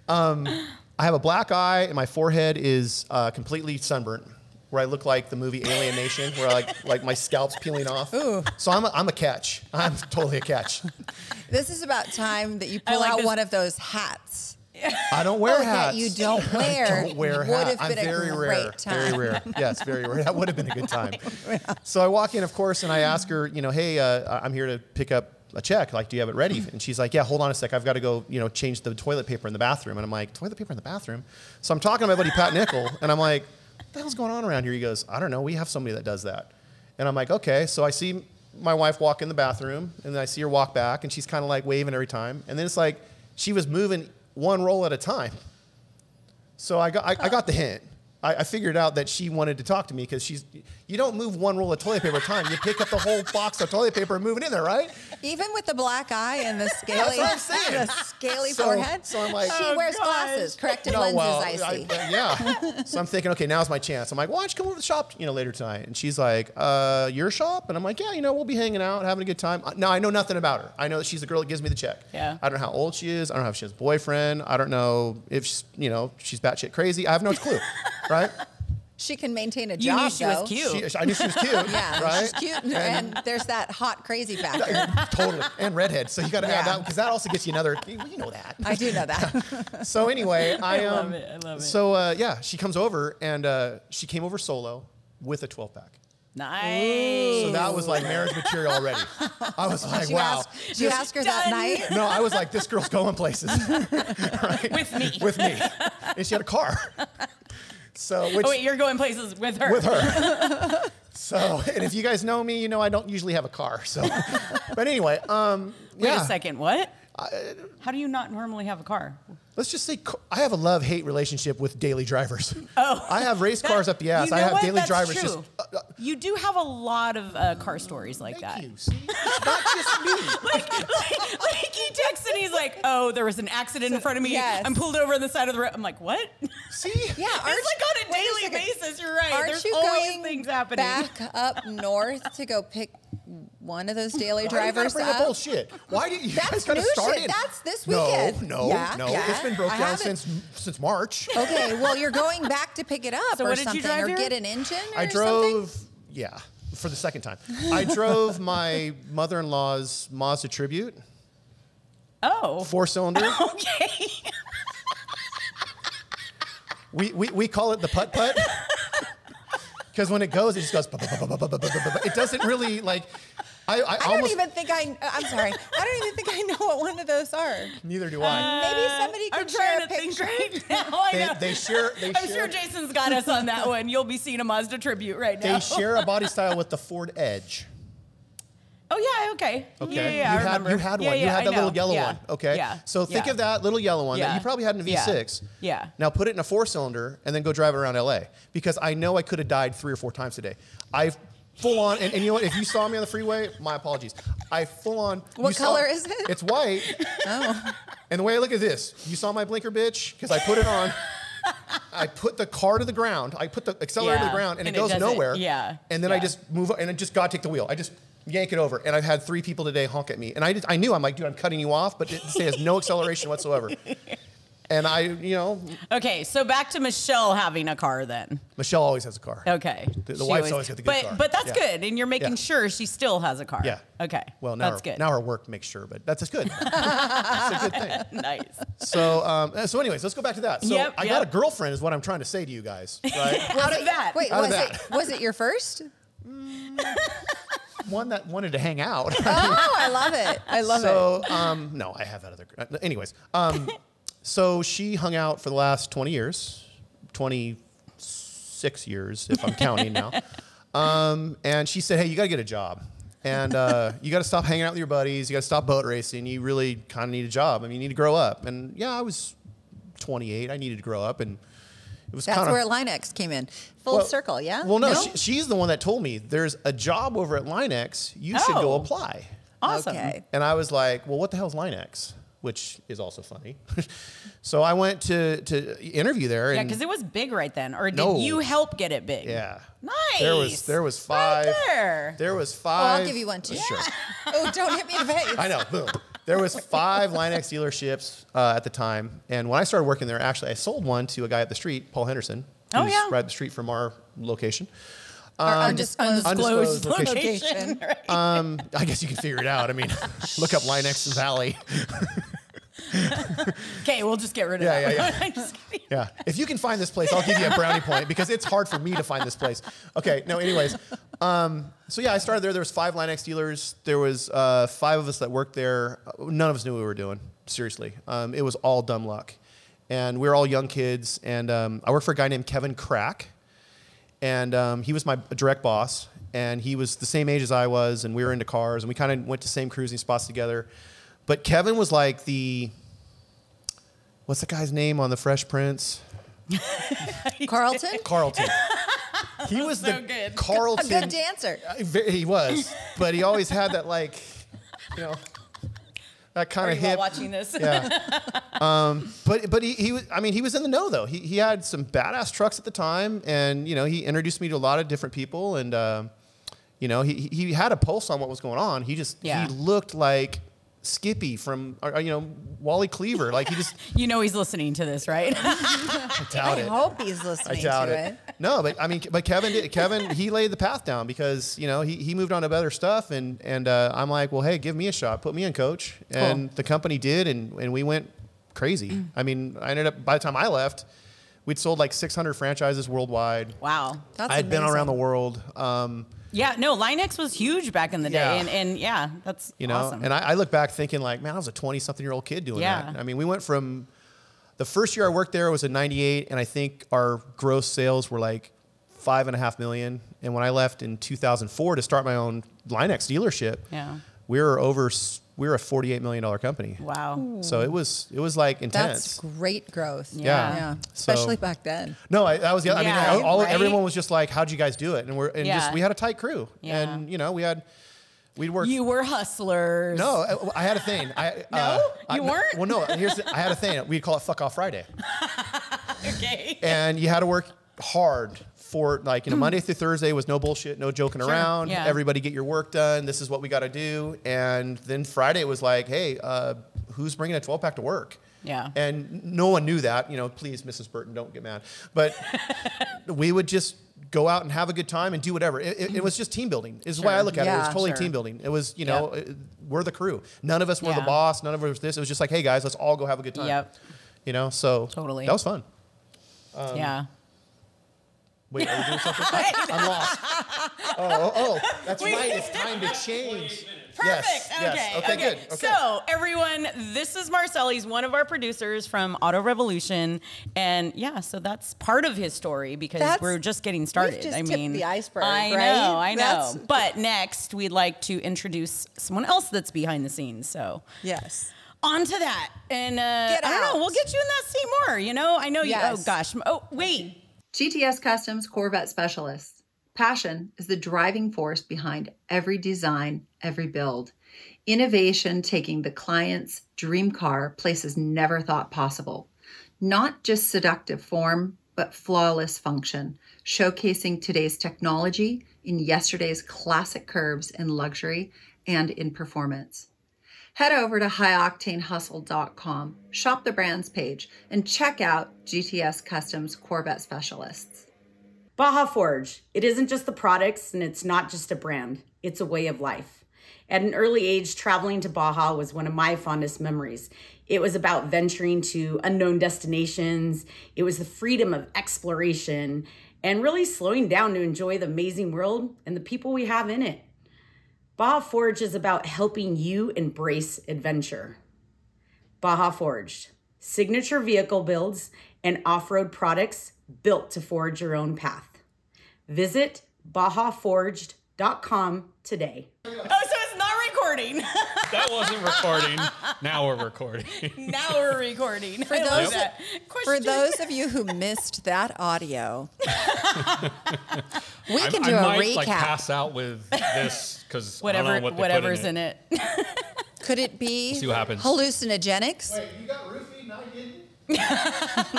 S1: I have a black eye, and my forehead is uh, completely sunburnt, where I look like the movie Alien Nation, where I like like my scalp's peeling off. So I'm a, I'm a catch. I'm totally a catch.
S3: this is about time that you
S2: I
S3: pull
S2: like
S3: out
S2: this-
S3: one of those hats.
S1: I don't wear
S3: that
S1: hats.
S3: Oh, you don't wear.
S1: don't wear a
S3: Would
S1: hat.
S3: have
S1: I'm
S3: been a
S1: very
S3: great
S1: rare.
S3: time.
S1: Very rare. Yes, very rare. That would have been a good time. So I walk in, of course, and I ask her, you know, hey, uh, I'm here to pick up a check. Like, do you have it ready? And she's like, yeah, hold on a sec. I've got to go, you know, change the toilet paper in the bathroom. And I'm like, toilet paper in the bathroom? So I'm talking to my buddy Pat Nickel, and I'm like, what the hell's going on around here? He goes, I don't know. We have somebody that does that. And I'm like, okay. So I see my wife walk in the bathroom, and then I see her walk back, and she's kind of like waving every time. And then it's like she was moving one roll at a time. So I got, I, I got the hint. I, I figured out that she wanted to talk to me because she's, you don't move one roll of toilet paper at a time. You pick up the whole box of toilet paper and move it in there, right?
S3: Even with the black eye and the scaly,
S1: what I'm saying.
S3: the scaly
S1: So-
S3: forehead,
S1: so I'm like-
S3: she
S2: Oh,
S3: wears
S2: gosh.
S3: glasses, corrective
S1: No,
S3: lenses.
S1: well,
S3: I see.
S1: I- yeah. So I'm thinking, okay, now's my chance. I'm like, well, why don't you come over to the shop, you know, later tonight? And she's like, uh, your shop? And I'm like, yeah, you know, we'll be hanging out, having a good time. Uh, Now I know nothing about her. I know that she's the girl that gives me the check.
S2: Yeah.
S1: I don't know how old she is. I don't know if she has a boyfriend. I don't know if she's, you know she's batshit crazy. I have no clue, right?
S3: she can maintain a
S2: You
S3: job.
S2: knew she was
S3: though.
S2: cute.
S1: She, I knew she was cute.
S3: Yeah,
S1: right?
S3: she's cute, and, and there's that hot crazy factor.
S1: totally. And redhead. So you got to add
S3: Yeah.
S1: that because that also gets you another. You you know that.
S3: I do know that.
S1: So anyway, I, um,
S2: love it, I love it.
S1: So uh, yeah, she comes over and uh, she came over solo with a 12 pack.
S2: Nice.
S1: So that was like marriage material already. I was like,
S3: Did you,
S1: wow.
S3: ask, did you ask her that
S2: done.
S3: night?
S1: No, I was like, this girl's going places. Right?
S2: With me.
S1: With me. And she had a car. So which
S2: Oh wait, you're going places with her.
S1: with her. So, and if you guys know me, you know I don't usually have a car. So, but anyway, um,
S2: Wait
S1: yeah.
S2: a second. What? How do you not normally have a car?
S1: Let's just say co- I have a love hate relationship with daily drivers. Oh, I have race cars up the ass.
S2: You
S1: I
S2: know
S1: have
S2: what?
S1: daily
S2: That's
S1: drivers. Just,
S3: Oh
S1: uh,
S2: true. you do have a lot of uh, car stories like
S1: thank
S2: that.
S1: you. See, it's not just me.
S2: like, like, like he texts and he's like, "Oh, there was an accident in front of me.
S3: yes.
S2: I'm pulled over on the side of the road." I'm like, "What?"
S1: See,
S3: Yeah, aren't
S2: it's like on
S3: wait
S2: a daily
S3: second.
S2: basis. You're right.
S3: Aren't
S2: There's
S3: you
S2: always
S3: going
S2: things happening.
S3: back up north to go pick one of those daily
S1: Why do you gotta
S3: drivers
S1: bring
S3: up?
S1: up bullshit. Why do you you guys
S3: That's
S1: gotta
S3: new
S1: start
S3: shit.
S1: it?
S3: That's this
S1: No,
S3: weekend.
S1: No,
S3: Yeah,
S1: no,
S3: yeah.
S1: It's been broke
S3: I
S1: down
S3: haven't-
S1: since since March.
S3: Okay, well, you're going back to pick it up
S2: So
S3: or
S2: what did you
S3: something,
S2: drive
S3: or
S2: here?
S3: get an engine. Or
S1: I drove. Yeah, for the second time, I drove my mother-in-law's Mazda Tribute,
S2: oh,
S1: four-cylinder.
S2: okay.
S1: We, we, we call it the putt putt. Because when it goes, it just goes. bu- bu- bu- bu- bu- bu- bu- bu- bu- It doesn't really like. I, I,
S3: I
S1: almost
S3: don't even think I. uh, I'm sorry. I don't even think I know what one of those are.
S1: neither do I.
S3: Maybe somebody
S2: Uh, I'm
S3: could share
S2: trying
S3: a
S2: to think
S3: picture.
S2: right now. I
S1: They,
S2: know.
S1: they share. They
S2: I'm
S1: share,
S2: sure Jason's got us on that one. You'll be seeing a Mazda tribute right now.
S1: They share a body style with the Ford Edge.
S2: Oh yeah, okay.
S1: Okay.
S2: Yeah, yeah, yeah,
S1: you, had,
S2: I remember.
S1: you had
S2: Yeah,
S1: one. you
S2: yeah,
S1: had
S2: I
S1: that
S2: know.
S1: little yellow
S2: Yeah,
S1: one. Okay.
S2: yeah,
S1: So think
S2: yeah.
S1: of that little yellow one that
S2: Yeah.
S1: you probably had in a
S2: Yeah.
S1: V6.
S2: Yeah.
S1: Now put it in a four cylinder and then go drive it around LA because I know I could have died three or four times today. I've full on, and, and you know what? If you saw me on the freeway, my apologies. I full on.
S3: What
S1: you saw-
S3: color is it?
S1: It's white.
S3: Oh.
S1: And the way I look at this, you saw my blinker, bitch, because I put it on. I put the car to the ground. I put the accelerator to
S2: Yeah.
S1: the ground, and,
S2: And
S1: it
S2: it
S1: goes
S2: doesn't-
S1: nowhere.
S2: yeah,
S1: And then I
S2: yeah.
S1: just move, and I just God take the wheel. I just yank it over, and I've had three people today honk at me, and I, just, I knew I'm like, dude, I'm cutting you off, but it has no acceleration whatsoever. And I, you know,
S2: Okay, so back to Michelle having a car then.
S1: Michelle always has a car.
S2: Okay.
S1: The- the
S2: She
S1: wife's always got the good
S2: but,
S1: car.
S2: But that's
S1: Yeah.
S2: good, and you're making
S1: Yeah.
S2: sure she still has a car.
S1: Yeah.
S2: Okay.
S1: Well, now
S2: that's
S1: her,
S2: good.
S1: now her work makes sure, but that's good. that's a good thing.
S2: nice.
S1: So, um, uh, so anyways, let's go back to that. So
S2: Yep,
S1: I got a
S2: yep.
S1: girlfriend, is what I'm trying to say to you guys, right?
S2: Out of that.
S3: Wait,
S1: Out of
S3: was it
S1: that.
S3: was it your first?
S1: One that wanted to hang out.
S3: Oh, I love it. I love it.
S1: so um, no, I have had other. uh, Anyways, um, so she hung out for the last twenty years, twenty six years if I'm counting now. Um, and she said, "Hey, you got to get a job, and uh, you got to stop hanging out with your buddies. You got to stop boat racing. You really kind of need a job. I mean, you need to grow up." And yeah, I was twenty eight. I needed to grow up, and it was
S3: That's
S1: kind of
S3: where Linex came in. Full
S1: well-
S3: circle, yeah?
S1: Well, no, She, she's the one that told me there's a job over at Linex. You should go
S2: Oh.
S1: apply.
S2: Awesome.
S3: Okay.
S1: And I was like, well, what the hell's Linex? Which is also funny. so I went to, to interview there.
S2: Yeah,
S1: And
S2: because it was big right then. Or did
S1: No.
S2: you help get it big?
S1: yeah.
S2: Nice.
S1: There was there was five.
S2: Right there.
S1: was
S3: Oh,
S1: five.
S3: I'll give you one too.
S1: Sure.
S3: oh, don't hit me in the face.
S1: I know. Boom. There was five Linex dealerships uh, at the time, and when I started working there, actually, I sold one to a guy up the street, Paul Henderson,
S2: Oh,
S1: who's
S2: yeah.
S1: right up the street from our location.
S3: Our undisclosed
S1: Um, undisclosed location.
S3: location.
S1: Um, I guess you can figure it out. I mean, look up Linex Valley.
S2: Okay, we'll just get rid of
S1: Yeah,
S2: that.
S1: yeah,
S2: one. I'm just kidding.
S1: Yeah. If you can find this place, I'll give you a brownie point because it's hard for me to find this place. Okay. No. Anyways, um, so yeah, I started there. There was five Linex dealers. There was uh, five of us that worked there. None of us knew what we were doing. Seriously, um, it was all dumb luck, and we were all young kids. And um, I worked for a guy named Kevin Crack, and um, he was my direct boss. And he was the same age as I was, and we were into cars, and we kind of went to same cruising spots together. But Kevin was like the what's the guy's name on the Fresh Prince?
S3: Carlton?
S1: Carlton. He was
S2: so
S1: the
S2: good.
S3: A
S1: Carlton.
S3: good dancer.
S1: I- ve- He was, but he always had that like, you know, that kind
S2: Are
S1: of
S2: you all
S1: hip.
S2: watching this?
S1: Yeah. Um, but but he, he was. I mean, he was in the know though. He he had some badass trucks at the time, and you know, he introduced me to a lot of different people, and um, you know, he he he had a pulse on what was going on. He just
S2: Yeah.
S1: he looked like Skippy from or, or, you know Wally Cleaver. Like he just
S2: You know he's listening to this, right?
S1: doubt
S3: I
S1: it.
S3: hope he's listening to it.
S1: No, but I mean, but Kevin did. Kevin he laid the path down because you know he, he moved on to better stuff, and and uh, I'm like, well, hey, give me a shot, put me in, coach, and the company did, and and we went
S3: Mm.
S1: crazy. I mean, I ended up by the time I left, we'd sold like 600 franchises worldwide.
S2: wow.
S3: That's
S1: I'd been
S3: amazing.
S1: around the world, um,
S2: Yeah, no, Linex was huge back in the day.
S1: Yeah.
S2: And, and yeah, that's
S1: you know,
S2: awesome.
S1: and I, I look back thinking like, man, I was a 20 something year old kid doing
S2: Yeah.
S1: that. I mean, we went from the first year I worked there was in '98, and I think our gross sales were like five and a half million. And when I left in 2004 to start my own Linex dealership,
S2: Yeah.
S1: we were over s- we were a 48 million dollar company.
S2: wow.
S1: So it was it was like intense.
S3: That's great growth.
S1: Yeah.
S3: Yeah.
S1: So-
S3: Especially back then.
S1: no, I, that was the. other I mean,
S2: Yeah,
S1: I- all
S2: right?
S1: everyone was just like, "How'd you guys do it?" And we're and just
S2: Yeah.
S1: we had a tight crew,
S2: Yeah.
S1: and you know we had we'd work.
S2: You were hustlers.
S1: No, I, I had a thing. I, no, I,
S2: You
S1: no-
S2: weren't?
S1: Well, no. Here's the, I had a thing. We'd call it "fuck off Friday,"
S2: Okay.
S1: and you had to work hard for like you know Monday through Thursday was no bullshit, no joking around.
S2: Hmm. yeah.
S1: Everybody get your work done. This is what we got to do. And then Friday was like, hey, uh, who's bringing a 12 pack to work?
S2: Yeah.
S1: And no one knew that. You know, please, Mrs. Burton, don't get mad. But we would just go out and have a good time and do whatever. It, it, it was just team building. Is the way I
S2: Sure.
S1: look at it. It was
S3: Yeah,
S1: totally
S2: sure.
S1: team building. It was you know uh we're the crew. None of us were the
S2: Yeah.
S1: boss. None of us was this. It was just like, hey guys, let's all go have a good time.
S2: Yep.
S1: You know, so
S2: Totally.
S1: Um, that was fun.
S2: yeah.
S1: Wait, are we doing something? I'm lost. Oh, oh, oh, that's right. It's time to change.
S2: Perfect.
S1: Yes,
S2: okay.
S1: yes. Okay, good. Okay.
S2: So, everyone, this is Marcelli's one of our producers from Auto Revolution, and yeah, so that's part of his story because
S3: That's-
S2: we're just getting started.
S3: just
S2: I
S3: tipped
S2: mean,
S3: the iceberg,
S2: I
S3: right?
S2: know, I know.
S3: That's-
S2: but next, we'd like to introduce someone else that's behind the scenes. So,
S3: Yes.
S2: on to that, and uh,
S3: Get
S2: I don't
S3: out.
S2: know. We'll get you in that seat more. You know, I know you. Oh
S3: Yes.
S2: gosh. Oh wait.
S4: GTS Customs Corvette Specialists. Passion is the driving force behind every design, every build. Innovation taking the client's dream car places never thought possible. Not just seductive form, but flawless function, showcasing today's technology in yesterday's classic curves in luxury and in performance head over to highoctanehustle.com, shop the brands page, and check out GTS Customs Corvette Specialists.
S5: Baja Forge, it isn't just the products and it's not just a brand, it's a way of life. At an early age, traveling to Baja was one of my fondest memories. It was about venturing to unknown destinations, it was the freedom of exploration, and really slowing down to enjoy the amazing world and the people we have in it. Baja Forge is about helping you embrace adventure. Baja Forged, signature vehicle builds and off road products built to forge your own path. Visit bajaforged.com today.
S2: Oh, so it's not recording.
S6: That wasn't recording. Now we're recording.
S2: now we're recording. For
S3: those- For those of you who missed that audio, we can do a
S6: might
S3: recap.
S6: like pass out with this because
S2: whatever,
S6: what they put
S2: whatever's in
S6: in
S2: it.
S3: Could it be
S6: see what happens.
S3: hallucinogenics?
S1: Wait, you got roofied and I didn't?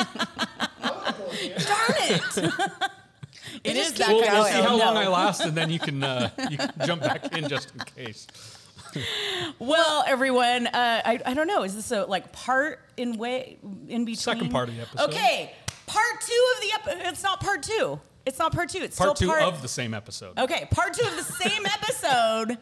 S2: Darn it! it is that
S6: We'll,
S2: kind
S6: we'll
S2: of
S6: see
S2: show.
S6: how long I
S2: No.
S6: last, and then you can uh, you can jump back in just in case.
S2: Well, everyone, uh, I, I don't know. Is this a like part in way in between?
S6: Second part of the episode.
S2: Okay, part two of the episode. It's not part two. It's not part two. It's
S6: Part two
S2: still part
S6: of the same episode.
S2: Okay, part two of the same episode.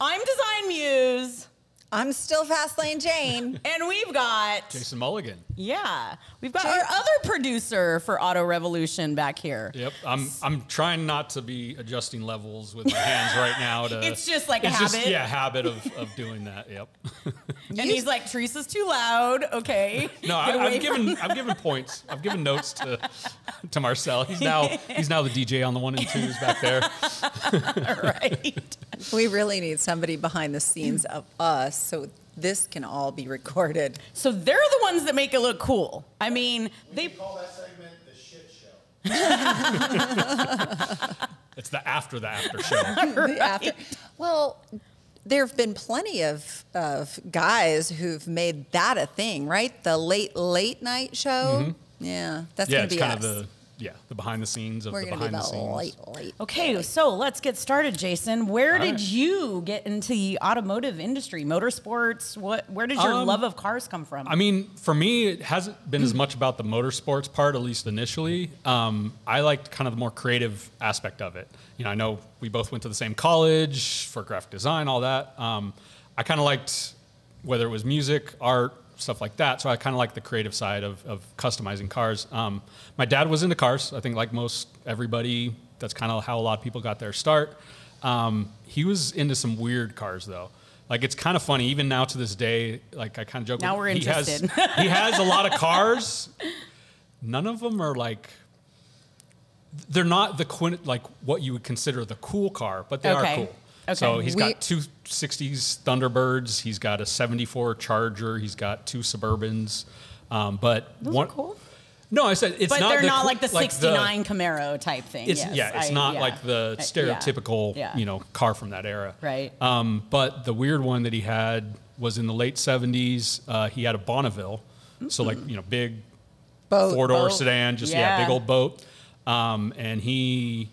S2: I'm Design Muse,
S3: I'm still Fastlane Jane.
S2: and we've got
S6: Jason Mulligan.
S2: yeah, we've got our other producer for Auto Revolution back here.
S6: Yep. I'm I'm trying not to be adjusting levels with my hands right now. To
S2: It's just like a
S6: it's
S2: habit.
S6: yeah, habit of of doing that. Yep.
S2: And he's like, Teresa's too loud. Okay.
S6: No,
S2: Get
S6: I,
S2: away
S6: I've given I've given points. I've given notes to to Marcel. He's now he's now the DJ on the one and twos back there.
S2: from her, right.
S3: we really need somebody behind the scenes of us so this can all be recorded.
S2: So they're the ones that make it look cool. I mean, they.
S1: Call that segment the shit show.
S6: It's the after the after show.
S3: the after. Well, there have been plenty of, of guys who've made that a thing, right? The late, late night show. Yeah, that's
S6: Mm-hmm. yeah,
S3: going
S6: it's
S3: to be
S6: kind
S3: us.
S6: of the yeah the behind the scenes of
S3: We're
S6: the
S3: going to be
S6: behind
S3: the
S6: the scenes.
S3: late, late.
S2: Okay, so let's get started, Jason. Where did
S6: right.
S2: you get into the automotive industry, motorsports? What? Where did your
S6: Um,
S2: love of cars come from?
S6: I mean, for me, it hasn't been as much about the motorsports part, at least initially. Um, I liked kind of the more creative aspect of it. You know, I know we both went to the same college for graphic design, all that. Um, I kind of liked whether it was music, art, stuff like that. So I kind of liked the creative side of, of customizing cars. Um, my dad was into cars. I think, like most everybody, that's kind of how a lot of people got their start. Um, he was into some weird cars, though. Like it's kind of funny, even now to this day. Like I kind of joke.
S2: Now we're
S6: He has-
S2: interested.
S6: he has a lot of cars. None of them are like they're not the quin- like what you would consider the cool car, but they
S2: Okay.
S6: are cool.
S2: Okay.
S6: So he's
S3: We-
S6: got two 60s Thunderbirds, he's got a 74 Charger, he's got two Suburbans. Um, but
S2: Those are
S6: one
S2: cool.
S6: No, I said it's
S2: but
S6: not
S2: they're
S6: the
S2: not
S6: cool-
S2: like the '69 Camaro type thing.
S6: it's,
S2: yes,
S6: yeah, it's
S2: I-
S6: not
S2: yeah.
S6: like
S2: Uh,
S6: the
S2: yeah.
S6: stereotypical,
S2: Yeah.
S6: you know, car from that era.
S2: Right.
S6: Um, but the weird one that he had was in the late 70s. Uh, he had a Bonneville. So, like, you know, big
S3: Boat.
S6: four door
S2: Mm-hmm. boat.
S6: sedan, just, yeah.
S2: Yeah.
S6: big old boat. Um, and he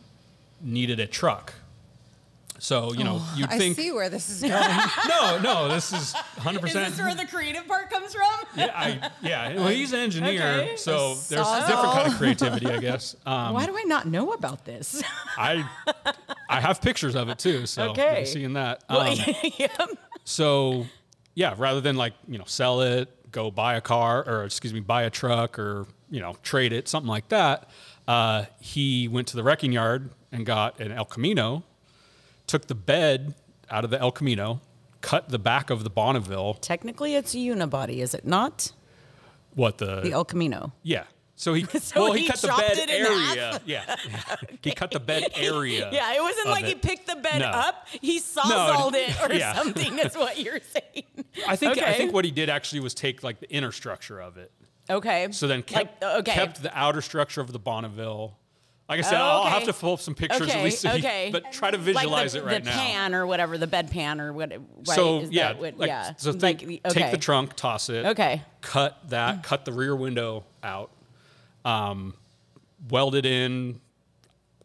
S6: needed a truck. So, you know,
S2: Oh,
S6: you'd
S3: I
S6: think.
S3: see where this is going.
S6: No, no, this is 100%.
S2: Is this where the creative part comes from?
S6: yeah, I, yeah, well, he's an engineer,
S2: Okay.
S6: so there's
S3: Saw
S6: a
S3: it
S6: different kind of creativity, I guess. Um,
S2: Why do I not know about this?
S6: I I have pictures of it too, so
S2: Okay.
S6: you're seeing that. Um,
S2: Yep.
S6: so yeah, rather than like you know sell it, go buy a car or excuse me, buy a truck or you know trade it, something like that. Uh, he went to the wrecking yard and got an El Camino, took the bed out of the El Camino, cut the back of the Bonneville.
S2: Technically, it's a unibody, is it not?
S6: What
S2: The El Camino.
S6: Yeah. So he
S2: So
S6: well he,
S2: he
S6: cut the
S2: chopped
S6: bed
S2: it in
S6: area.
S2: half?
S6: Yeah. He cut the bed area.
S2: Yeah, it wasn't
S6: Uh, of
S2: like he
S6: it.
S2: picked the bed
S6: No.
S2: up. He sawzalled it or
S6: yeah.
S2: something. Is what you're saying.
S6: I think I
S2: Okay.
S6: think what he did actually was take like the inner structure of it.
S2: Okay.
S6: So then kept
S2: like, uh, okay. Oh,
S6: kept the outer structure of the Bonneville. Like I said, I'll I'll
S2: Okay.
S6: have to pull up some pictures
S2: Okay,
S6: at least, so you-
S2: okay.
S6: but try to
S2: Like
S6: visualize
S2: the,
S6: it right
S2: the
S6: now.
S2: pan or whatever, the bed pan or what. Right?
S6: So
S2: Is
S6: yeah,
S2: that what-
S6: like,
S2: yeah.
S6: So think,
S2: Like,
S6: take
S2: okay.
S6: the trunk, toss it.
S2: Okay.
S6: Cut that. Cut the rear window out. Um, welded in,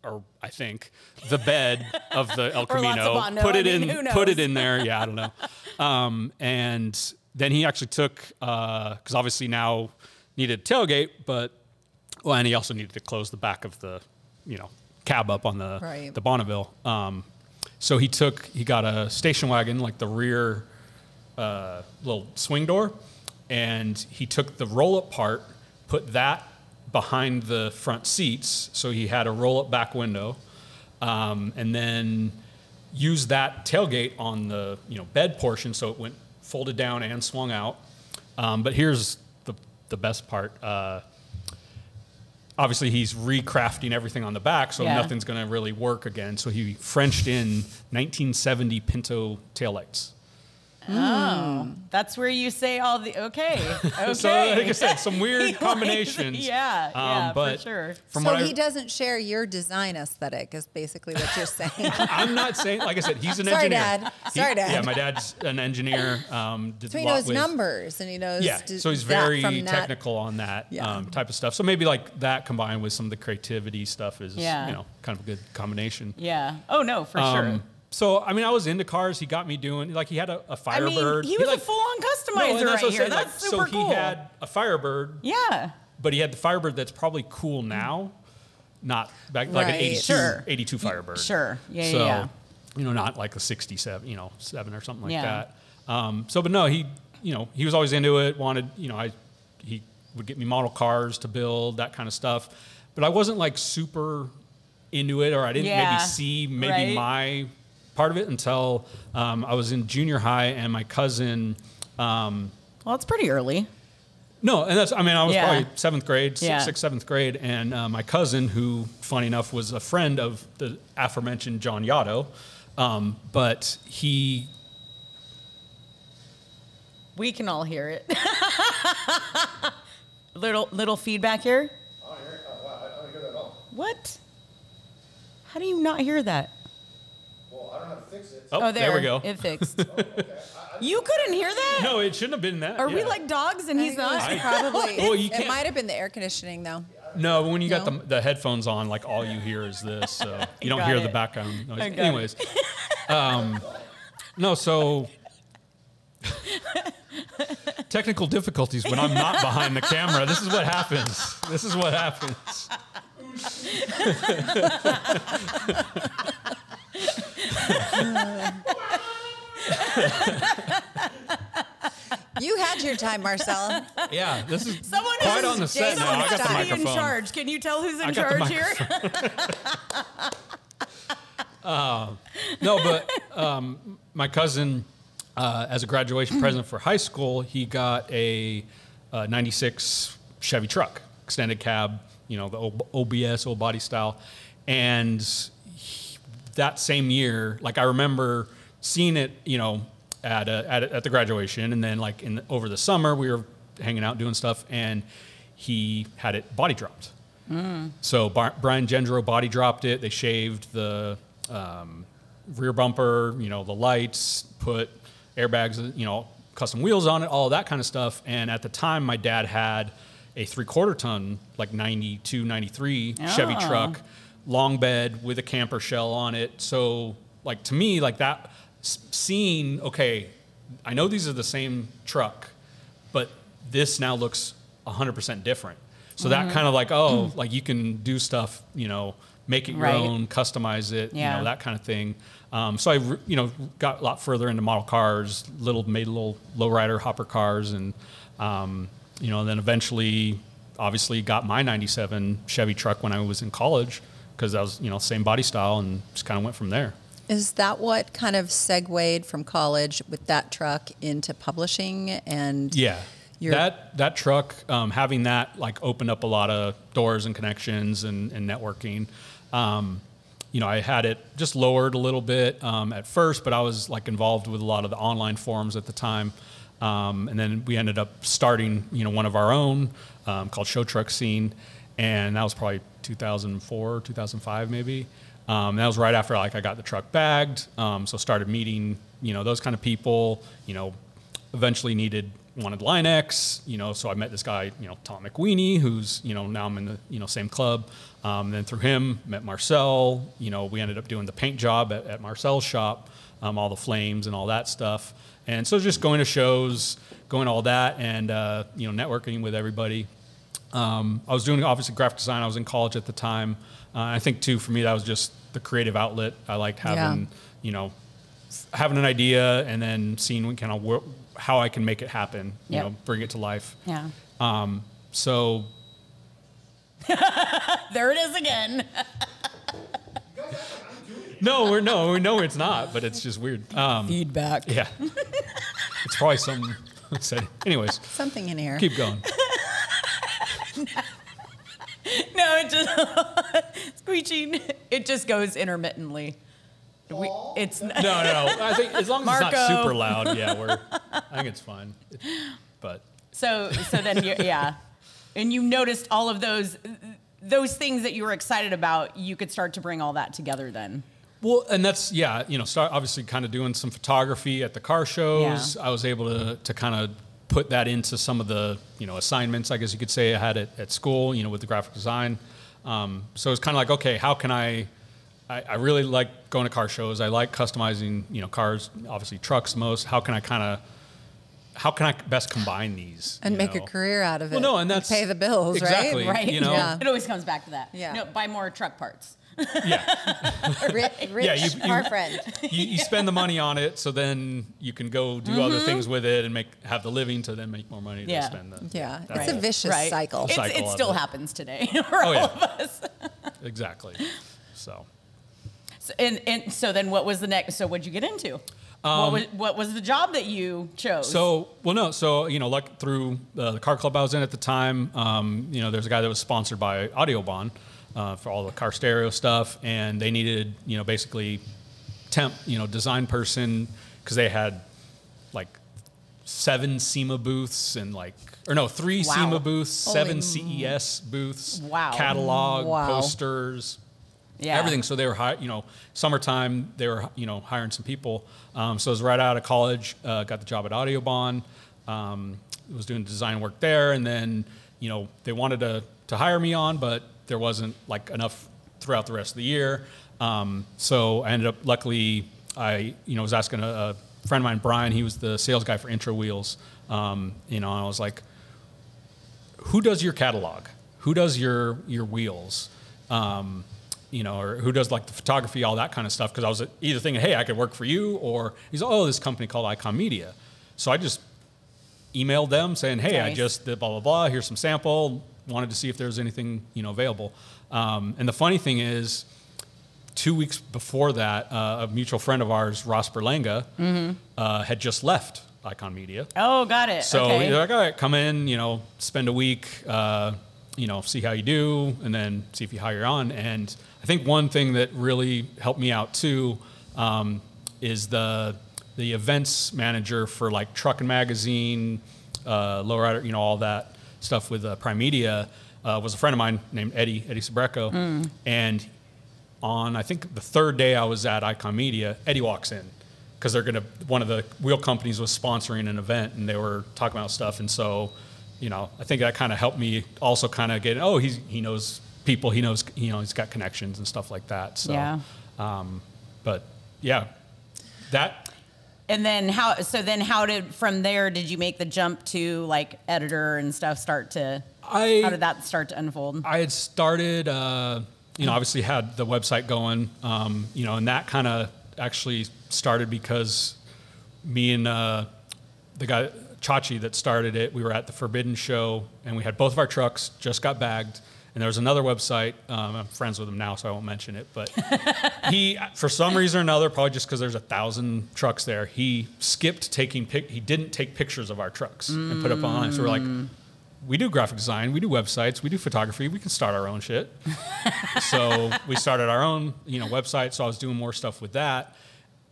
S6: or I think the bed of the
S2: Or
S6: El
S2: lots of
S6: Camino.
S2: Bondo,
S6: Put
S2: I
S6: it
S2: mean,
S6: in.
S2: who
S6: Put it
S2: knows?
S6: in there. Yeah, I don't know. Um, and then he actually took because obviously now needed tailgate, but well, and he also needed to close the back of the you know cab up on the
S3: Right.
S6: the Bonneville. Um, so he took he got a station wagon like the rear uh, little swing door, and he took the roll up part, put that behind the front seats, so he had a roll up back window, um, and then used that tailgate on the you know bed portion, so it went folded down and swung out. Um, but here's the the best part. Uh, obviously he's recrafting everything on the back, so
S2: Yeah.
S6: nothing's going to really work again. So he Frenched in 1970 Pinto taillights.
S2: That's where you say all the okay, okay.
S6: So, like I said, some weird
S2: Like,
S6: combinations. Um,
S2: yeah, yeah, for
S6: but
S2: sure.
S6: From
S3: so
S6: what
S3: he
S6: I,
S3: doesn't share your design aesthetic, is basically what you're saying.
S6: I'm not saying, like I said, he's an
S3: Sorry,
S6: engineer.
S3: Dad.
S6: He-
S3: Sorry, Dad.
S6: Yeah, my dad's an engineer. Um, did
S3: so he
S6: a lot
S3: knows
S6: with-
S3: numbers and he knows.
S6: Yeah,
S3: d-
S6: so he's
S3: that
S6: very
S3: from that.
S6: technical on that
S3: Yeah.
S6: um, type of stuff. So maybe like that combined with some of the creativity stuff is,
S2: Yeah.
S6: you know, kind of a good combination.
S2: yeah. Oh no, for sure.
S6: Um, so I mean, I was into cars. He got me doing like he had a, a
S2: I
S6: Firebird.
S2: mean, he was
S6: like-
S2: a full-on
S6: No, and
S2: customizer
S6: that's
S2: right
S6: what I'm
S2: here.
S6: saying, like,
S2: That's super
S6: so
S2: cool.
S6: he had a Firebird,
S2: yeah.
S6: but he had the Firebird that's probably cool now, not back like an
S3: Right.
S6: 82,
S2: Sure.
S6: 82 Firebird.
S2: sure. Yeah, yeah,
S6: So
S2: yeah.
S6: you know, not like a 67, you know, seven or something like
S2: Yeah.
S6: that. Um, so, but no, he, you know, he was always into it. Wanted, you know, I he would get me model cars to build that kind of stuff, but I wasn't like super into it, or I didn't
S2: Yeah,
S6: maybe see maybe
S2: right.
S6: my my part of it until um, I was in junior high and my cousin. Um,
S2: Well, it's pretty early.
S6: no, and that's, I mean, I was
S2: Yeah.
S6: probably seventh grade, si-
S2: Yeah.
S6: sixth, seventh grade, and uh, my cousin, who, funny enough, was a friend of the aforementioned John Yotto, um, but he,
S2: We can all hear it. little little feedback here.
S1: Oh,
S2: What? How do you not hear that?
S6: oh,
S2: Oh, there,
S6: we go.
S2: It fixed. you couldn't hear that?
S6: no, it shouldn't have been that.
S2: Are we
S6: yeah.
S2: like dogs and
S3: I
S2: he's
S3: think it was
S2: not?
S3: Probably.
S6: Well, you
S3: it
S6: can't-
S3: might have been the air conditioning though.
S6: No, but when you got
S3: No?
S6: the, the headphones on, like all you hear is this. So you don't
S2: got
S6: hear
S2: it.
S6: the background noise.
S2: got it.
S6: Anyways, um, no, so technical difficulties when I'm not behind the camera. This is what happens. This is what happens.
S3: You had your time, Marcella.
S6: Yeah, this is
S2: Someone who's
S6: quite on the set
S2: Jason
S6: now. I
S2: has
S6: got the
S2: to be in
S6: microphone.
S2: charge. Can you tell who's in
S6: I got the
S2: charge here?
S6: no, but um, my cousin, uh, as a graduation present for high school, he got a uh, '96 Chevy truck, extended cab, you know, the old OBS, old body style, and he- that same year, like I remember seeing it, you know, at a, at, a, at the graduation, and then like in the, over the summer we were hanging out doing stuff, and he had it body dropped. So Bar- Brian Gendro body dropped it. They shaved the um, rear bumper, you know, the lights, put airbags, you know, custom wheels on it, all that kind of stuff. And at the time, my dad had a three quarter ton, like 92, 93 Chevy
S2: Oh.
S6: truck, long bed with a camper shell on it. So, like, to me, like that s- seeing, okay, I know these are the same truck, but this now looks 100% different. So that kind of like, oh, like you can do stuff, you know, make it your
S2: Right.
S6: own, customize it, you
S2: Yeah.
S6: know, that kind of thing. Um, so I, re- you know, got a lot further into model cars, little made little lowrider hopper cars, and um, you know, then eventually obviously got my 97 Chevy truck when I was in college because that was, you know, same body style and just kind of went from there.
S3: Is that what kind of segued from college with that truck into publishing and
S6: Yeah.
S3: Your-
S6: that that truck, um, having that like opened up a lot of doors and connections and, and networking. Um, you know, I had it just lowered a little bit um, at first, but I was like involved with a lot of the online forums at the time. Um, and then we ended up starting, you know, one of our own um, called Show Truck Scene, and that was probably 2004, 2005, maybe. Um, that was right after like I got the truck bagged, um, so started meeting, you know, those kind of people. You know, eventually needed wanted line X, you know, so I met this guy, you know, Tom McWeeny, who's, you know, now I'm in the, you know, same club. Um, then through him, met Marcel, you know, we ended up doing the paint job at, at Marcel's shop, um, all the flames and all that stuff. And so just going to shows, going to all that and, uh, you know, networking with everybody. Um, I was doing obviously graphic design. I was in college at the time. Uh, I think too for me that was just the creative outlet. I liked having
S3: Yeah.
S6: you know f- having an idea and then seeing kind of wh- how I can make it happen. You
S2: Yep.
S6: know, bring it to life.
S2: Yeah.
S6: So
S2: There it is again.
S6: no, we're no, we know it's not, but it's just weird. Um,
S3: feedback?
S6: yeah, it's probably some. setting. Anyways,
S3: Something in here.
S6: keep going.
S2: No, it just screeching. It just goes intermittently. We, it's n-
S6: No, no, no. I think as long as it's
S2: Marco.
S6: not super loud, yeah, we're. I think it's fine. But
S2: so so then you yeah, and you noticed all of those those things that you were excited about. You could start to bring all that together then.
S6: Well, and that's yeah, you know, start obviously kind of doing some photography at the car shows.
S2: Yeah.
S6: I was able to to kind of put that into some of the you know assignments, I guess you could say I had at, at school, you know, with the graphic design. Um, so it's kind of like okay, how can I, I? I really like going to car shows. I like customizing, you know, cars, obviously trucks most. How can I kind of how can I best combine these
S3: And
S6: you
S3: make a
S6: know?
S3: career out of it.
S6: Well, no, and that's
S3: pay the bills, right?
S6: exactly,
S2: Right.
S6: You know,
S3: Yeah.
S2: It always comes back to that.
S3: Yeah.
S2: No, buy more truck parts.
S6: yeah.
S3: Ri- rich
S6: you- you-
S3: car friend.
S6: you, you spend the money on it, so then you can go do other things with it and make have the living to then make more money
S2: Yeah.
S6: to spend. The,
S3: Mm-hmm. Yeah,
S6: that
S3: it's a
S6: whole-
S3: vicious
S2: right.
S3: cycle.
S2: It's,
S6: Cycle
S2: it
S6: of
S2: still
S6: it.
S2: happens today for
S6: Oh,
S2: all
S6: yeah.
S2: of us.
S6: exactly. So
S2: So- And, and so then what was the next? So what'd you get into? what, was, what was the job that you chose?
S6: Um, So, well, no. So, you know, like through uh, the car club I was in at the time, um, you know, there's a guy that was sponsored by Audiobon uh, for all the car stereo stuff, and they needed, you know, basically temp, you know, design person because they had like seven SEMA booths and like, or no, three
S2: Wow.
S6: SEMA booths,
S3: Holy
S6: seven CES booths,
S2: Wow.
S6: catalog,
S3: Wow.
S6: posters,
S2: yeah.
S6: everything. So they were, hi- you know, summertime. They were, you know, hiring some people. Um, so I was right out of college. Uh, got the job at Audioban. Um, was doing design work there, and then, you know, they wanted to to hire me on, but there wasn't like enough throughout the rest of the year. Um, so I ended up, luckily, I, you know, was asking a, a friend of mine, Brian. He was the sales guy for Intro Wheels. Um, you know, and I was like, who does your catalog? Who does your your wheels? Um, you know, or who does like the photography, all that kind of stuff? Because I was either thinking, hey, I could work for you, or he's oh, this company called Icon Media. So I just emailed them saying, hey, I
S2: Nice.
S6: just did blah blah blah. Here's some sample. Wanted to see if there was anything you know available. Um, and the funny thing is, two weeks before that, uh, a mutual friend of ours, Ross Berlanga, uh, had just left Icon Media.
S2: Oh, got it.
S6: So
S2: okay.
S6: you're like, all right, come in, you know, spend a week, uh, you know, see how you do, and then see if you hire on. And I think one thing that really helped me out too um, is the the events manager for like Truck and Magazine, uh, Lowrider, you know, all that stuff with uh, Prime Media uh, was a friend of mine named Eddie Eddie Sabreco,
S2: Mm.
S6: and on I think the third day I was at Icon Media, Eddie walks in because they're gonna one of the wheel companies was sponsoring an event and they were talking about stuff and so you know I think that kind of helped me also kind of get oh he's he knows people he knows you know he's got connections and stuff like that so
S2: Yeah.
S6: um, but yeah that
S2: and then how? So then how did from there did you make the jump to like editor and stuff start to?
S6: I
S2: how did that start to unfold?
S6: I had started, uh, you know, obviously had the website going, um, you know, and that kind of actually started because me and uh, the guy Chachi that started it. We were at the Forbidden Show, and we had both of our trucks just got bagged. And there was another website. Um, I'm friends with him now, so I won't mention it. But he, for some reason or another, probably just because there's a thousand trucks there, he skipped taking pic. He didn't take pictures of our trucks and put up online. So we're like, we do graphic design, we do websites, we do photography. We can start our own shit. so we started our own, you know, website. So I was doing more stuff with that.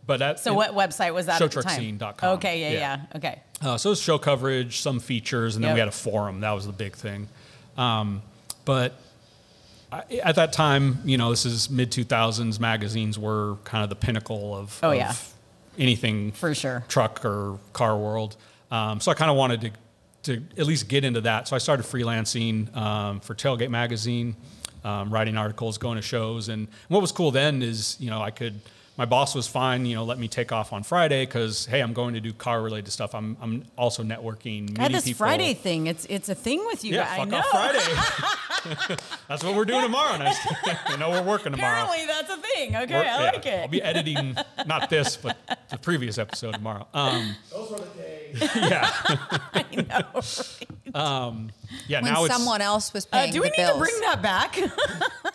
S6: But that
S2: So what website was that at the time?
S6: showtruckscene.com.
S2: Okay, yeah,
S6: Yeah.
S2: yeah, okay.
S6: Uh, so it was show coverage, some features, and then we
S2: Yep.
S6: had a forum. That was the big thing. Um, but I, at that time, you know, this is mid 2000s. Magazines were kind of the pinnacle of,
S2: Oh,
S6: of
S2: yeah.
S6: anything
S2: For sure.
S6: truck or car world. Um, so I kind of wanted to to at least get into that. So I started freelancing um, for Tailgate Magazine, um, writing articles, going to shows, and what was cool then is you know I could. My boss was fine, you know, let me take off on Friday because hey, I'm going to do car related stuff. I'm I'm also networking.
S2: I had
S6: meeting
S2: this
S6: people.
S2: Friday thing. It's it's a thing with you.
S6: Yeah,
S2: guys.
S6: fuck
S2: I know.
S6: off Friday. That's what we're doing tomorrow. And I, s- I know we're working tomorrow.
S2: Apparently that's a thing. Okay,
S6: We're-
S2: I
S6: yeah,
S2: like it.
S6: I'll be editing not this, but the previous episode tomorrow. Um,
S1: Those were the days.
S2: I know.
S6: yeah,
S3: When
S6: now
S3: someone else was
S2: Uh,
S3: paying
S2: do we
S3: the
S2: need
S3: bills.
S2: to bring that back?
S6: it's.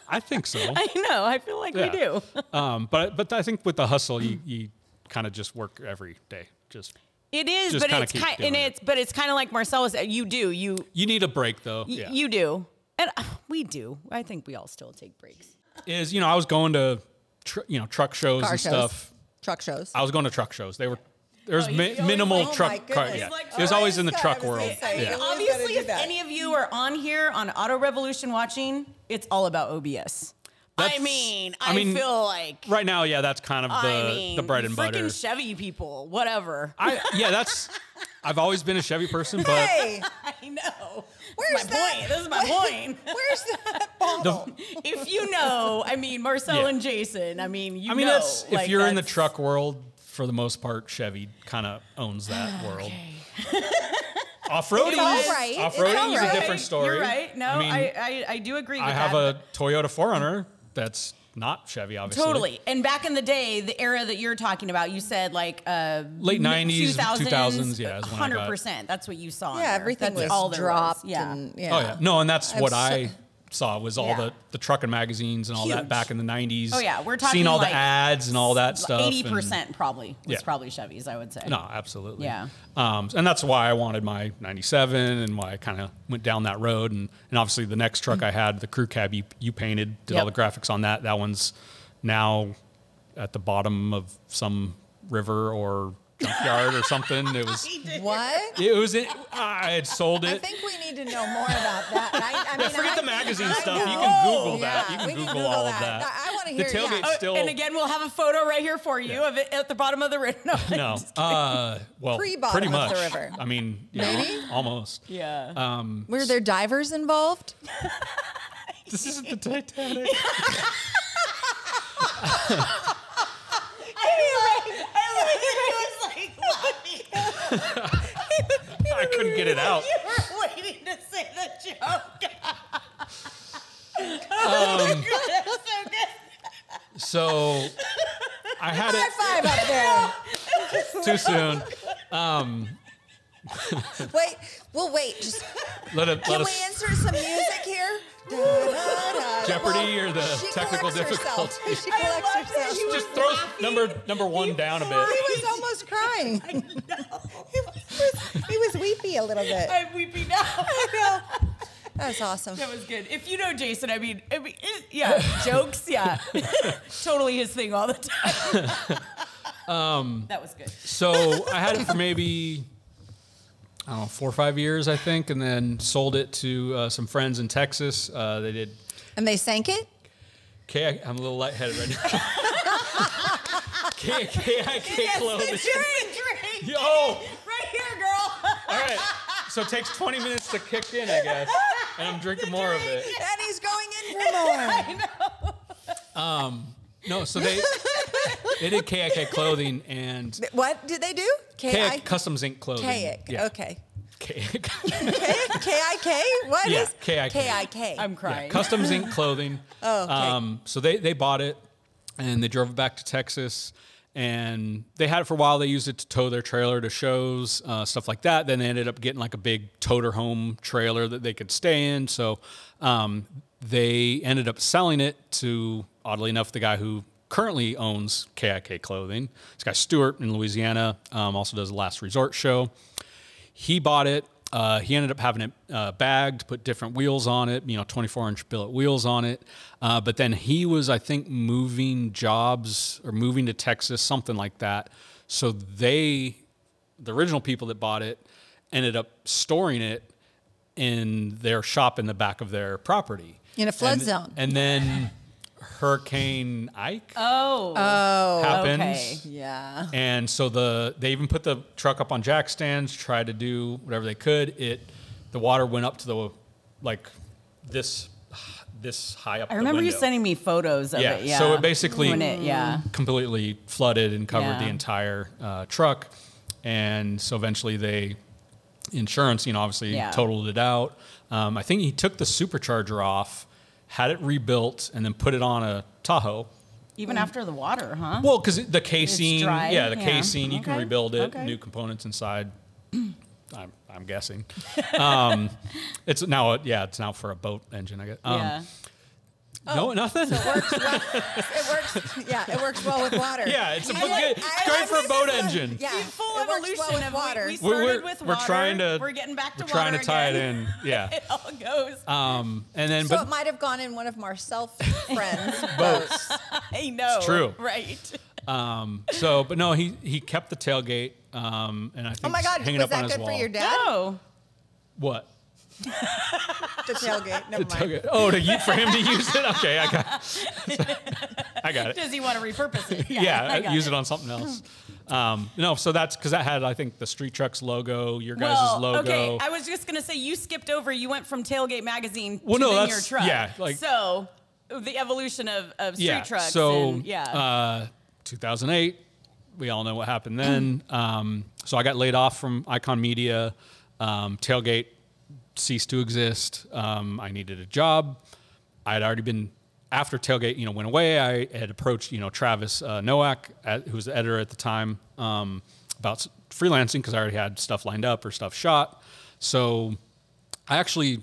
S6: I think so.
S2: I know. I feel like we
S6: Yeah.
S2: do.
S6: um, but but I think with the hustle, you, you kind of just work every day. Just
S2: It is,
S6: Just
S2: but
S6: kinda
S2: it's
S6: keep
S2: kind
S6: doing
S2: and
S6: it.
S2: it's but it's kind of like Marcellus. You do you
S6: you need a break though.
S2: y-
S6: yeah.
S2: you do, and uh, we do. I think we all still take breaks.
S6: is you know I was going to tr- you know truck shows
S3: Car
S6: and
S3: shows,
S6: stuff. Uh,
S3: truck shows.
S6: I was going to truck shows. They were there's
S2: you-
S6: mi-
S2: you always-
S6: minimal
S2: oh my
S6: truck. car-
S3: goodness.
S6: yeah.
S2: Like,
S6: it was
S2: oh,
S6: always in the
S3: this guy,
S6: truck
S3: I was
S6: world.
S3: gonna say,
S6: yeah.
S3: you always gotta
S2: Obviously,
S3: do
S2: if
S3: that.
S2: any of you are on here on Auto Revolution watching, it's all about OBS. I
S6: That's-
S2: mean, I,
S6: I mean,
S2: feel like
S6: Right now, yeah, that's kind of the
S2: I mean,
S6: the bread and butter.
S2: Freaking Chevy people, whatever.
S6: I yeah, that's. I've always been a Chevy person, but
S3: hey,
S2: I know.
S3: where's
S2: That's my
S3: that?
S2: point. This is my point.
S3: Where's that bottle?
S2: if you know, I mean, Marcel
S6: Yeah.
S2: and Jason, I mean, you
S6: I mean,
S2: know.
S6: that's if
S2: like,
S6: you're in the
S2: that's-
S6: truck world, for the most part, Chevy kind of owns that world. Off roading,
S2: It's all
S3: right. It's
S6: off
S3: all
S6: roading is
S3: right.
S6: a different story.
S2: You're right. No, I,
S6: I mean,
S2: I, I, do agree with
S6: I have
S2: that.
S6: a Toyota 4Runner that's not Chevy, obviously.
S2: Totally. And back in the day, the era that you're talking about, you said like uh,
S6: Late 90s,
S2: 2000s,
S6: 2000s, yeah, is when I got-
S2: 100%. That's what you saw. in
S3: yeah,
S2: there.
S3: everything
S2: That's
S3: was
S2: all there
S3: dropped.
S2: Was. Yeah.
S3: and-
S6: Oh yeah, no, and that's what
S3: Abso-
S6: I saw was all
S2: Yeah.
S6: the the trucking magazines and all
S2: Huge.
S6: that back in the 90s.
S2: Oh, yeah, we're
S6: seeing
S2: talking
S6: all
S2: like
S6: the ads and all that stuff. and-
S2: 80% probably was
S6: Yeah.
S2: probably Chevy's, I would say.
S6: No, absolutely.
S2: Yeah.
S6: Um, and that's why I wanted my 97 and why I kind of went down that road. And, and obviously, the next truck I had, the crew cab you, you painted, did all the
S2: Mm-hmm. Yep.
S6: graphics on that. That one's now at the bottom of some river or junkyard or something. It was,
S3: What?
S6: it was, it, I had sold
S3: I
S6: it.
S3: think we need to know more about that. I, I mean,
S6: yeah, forget
S3: I-
S6: the magazine
S3: I
S6: stuff. You
S3: know.
S6: can Google that.
S3: Yeah,
S6: You can
S3: we
S6: Google, all of that.
S3: I, want to
S6: The
S3: hear. Oh,
S6: tailgate
S3: yeah.
S6: still.
S2: And again, we'll have a photo right here for you of it at the bottom of the river. No,
S6: no, uh, well,
S3: Pre-bottom
S6: pretty
S3: of
S6: much.
S3: the river.
S6: I mean, yeah,
S3: Maybe?
S6: almost. Um,
S2: Yeah.
S6: Uh,
S3: Were there divers involved?
S6: This isn't the Titanic.
S2: I mean, like, I literally was like laughing.
S6: I couldn't get it out.
S2: You were waiting to say the joke.
S6: Um,
S2: Oh,
S6: So I had
S3: High
S6: it
S3: five up there.
S6: too soon.
S3: Wait, well, wait. Just
S6: Let it let
S3: can we
S6: us
S3: insert some music here? Da, da, da.
S6: Jeopardy or the
S3: She
S6: technical
S3: collects herself.
S6: difficulty.
S3: She collects herself. She
S6: Just throw number number one down a bit.
S3: was almost crying. I know. He was, he was weepy a little bit.
S2: I'm weeping now.
S3: That's awesome.
S2: That was good. If you know Jason, I mean, I mean it- yeah, jokes, yeah, totally his thing all the time. um, that was good.
S6: So I had it for maybe I don't know four or five years, I think, and then sold it to uh, some friends in Texas. Uh, they did.
S3: And they sank it?
S6: K, I'm a little lightheaded right now. K, K, I K
S2: Yes,
S6: clothes.
S2: drink, drink.
S6: Yo, all
S2: Right here, girl.
S6: right. So it takes 20 minutes to kick in, I guess, and I'm drinking more of it.
S3: And he's going in for more.
S6: No, so they they did KIK clothing and
S3: What did they do?
S6: KIK Customs Inc. clothing.
S3: Kayak.
S6: Yeah.
S3: Okay.
S6: KIK.
S3: K I K. What is
S6: Yeah, KIK.
S3: K I K.
S2: I'm
S6: yeah.
S2: crying.
S6: Customs Inc. clothing.
S3: Oh, okay.
S6: Um, so they they bought it and they drove it back to Texas and they had it for a while. They used it to tow their trailer to shows, uh, stuff like that. Then they ended up getting like a big toter home trailer that they could stay in. So um, they ended up selling it to, oddly enough, the guy who currently owns KIK Clothing. This guy Stewart in Louisiana um, also does the Last Resort show he bought it. Uh, he ended up having it uh, bagged, put different wheels on it, you know, 24 inch billet wheels on it. Uh, but then he was, I think, moving jobs or moving to Texas, something like that. So they, the original people that bought it, ended up storing it in their shop in the back of their property.
S3: In a flood
S6: And-
S3: zone.
S6: And then Hurricane Ike
S2: Oh.
S6: happens.
S2: okay.
S3: Yeah.
S6: And so the they even put the truck up on jack stands, tried to do whatever they could. It the water went up to the like this this high up.
S2: I remember
S6: the
S2: you
S6: window.
S2: sending me photos of
S6: Yeah,
S2: it. Yeah.
S6: so it basically-
S2: When it- yeah.
S6: completely flooded and covered
S2: Yeah.
S6: the entire uh, truck, and so eventually they insurance, you know, obviously
S2: Yeah.
S6: totaled it out. Um, I think he took the supercharger off, had it rebuilt, and then put it on a Tahoe.
S2: Even after the water, huh?
S6: Well, because the casing,
S2: dry,
S6: yeah, the
S2: yeah.
S6: casing, you can
S2: Okay,
S6: rebuild it,
S2: okay.
S6: new components inside. I'm, I'm guessing. um, it's now, a, yeah, it's now for a boat engine, I guess. Um,
S2: yeah.
S6: No, nothing.
S3: It works. Yeah, it works well with water.
S6: yeah, it's, a,
S3: I
S6: book-
S3: like-
S6: it's
S3: I
S6: great
S3: like
S6: for a
S3: this
S6: boat
S3: one.
S6: engine.
S3: Yeah,
S2: The full
S3: it works
S2: evolution
S3: well with
S2: of
S3: water.
S2: We, we
S6: We're-
S2: started
S6: we're-
S2: with
S6: we're
S2: water.
S6: trying to-
S2: We're getting back to
S6: we're trying
S2: water
S6: to tie it
S2: again.
S6: in, yeah.
S2: it all goes.
S6: Um, and then,
S3: so
S6: but
S3: it might have gone in one of Marcel's friends' boats.
S2: I know.
S6: true.
S2: Right.
S6: um, so, but no, he he kept the tailgate, um, and I think
S3: Oh my
S6: it's
S3: God!
S6: hanging
S3: Was
S6: up on
S3: that
S6: his
S3: good
S6: wall.
S3: for your dad?
S2: Oh.
S6: What?
S3: The tailgate. Never mind.
S6: Okay. Oh, to you for him to use it? Okay, I got. I got it.
S2: Does he want to repurpose it?
S6: Uh, yeah,
S2: I got
S6: use it. on something else. Um, no, so that's because that had I think the Street Trucks logo, your guys'
S2: well,
S6: logo.
S2: okay. I was just gonna say you skipped over. You went from Tailgate Magazine
S6: Well,
S2: to
S6: no,
S2: the
S6: that's-
S2: Near Truck.
S6: yeah, like-
S2: so the evolution of, of street
S6: yeah,
S2: trucks.
S6: so
S2: and, yeah.
S6: uh, 2008. We all know what happened then. um, so I got laid off from Icon Media. Um, Tailgate ceased to exist. Um, I needed a job. I had already been after Tailgate, you know, went away. I had approached, you know, Travis uh, Nowak, at, who was the editor at the time, um, about s- freelancing because I already had stuff lined up or stuff shot. So I actually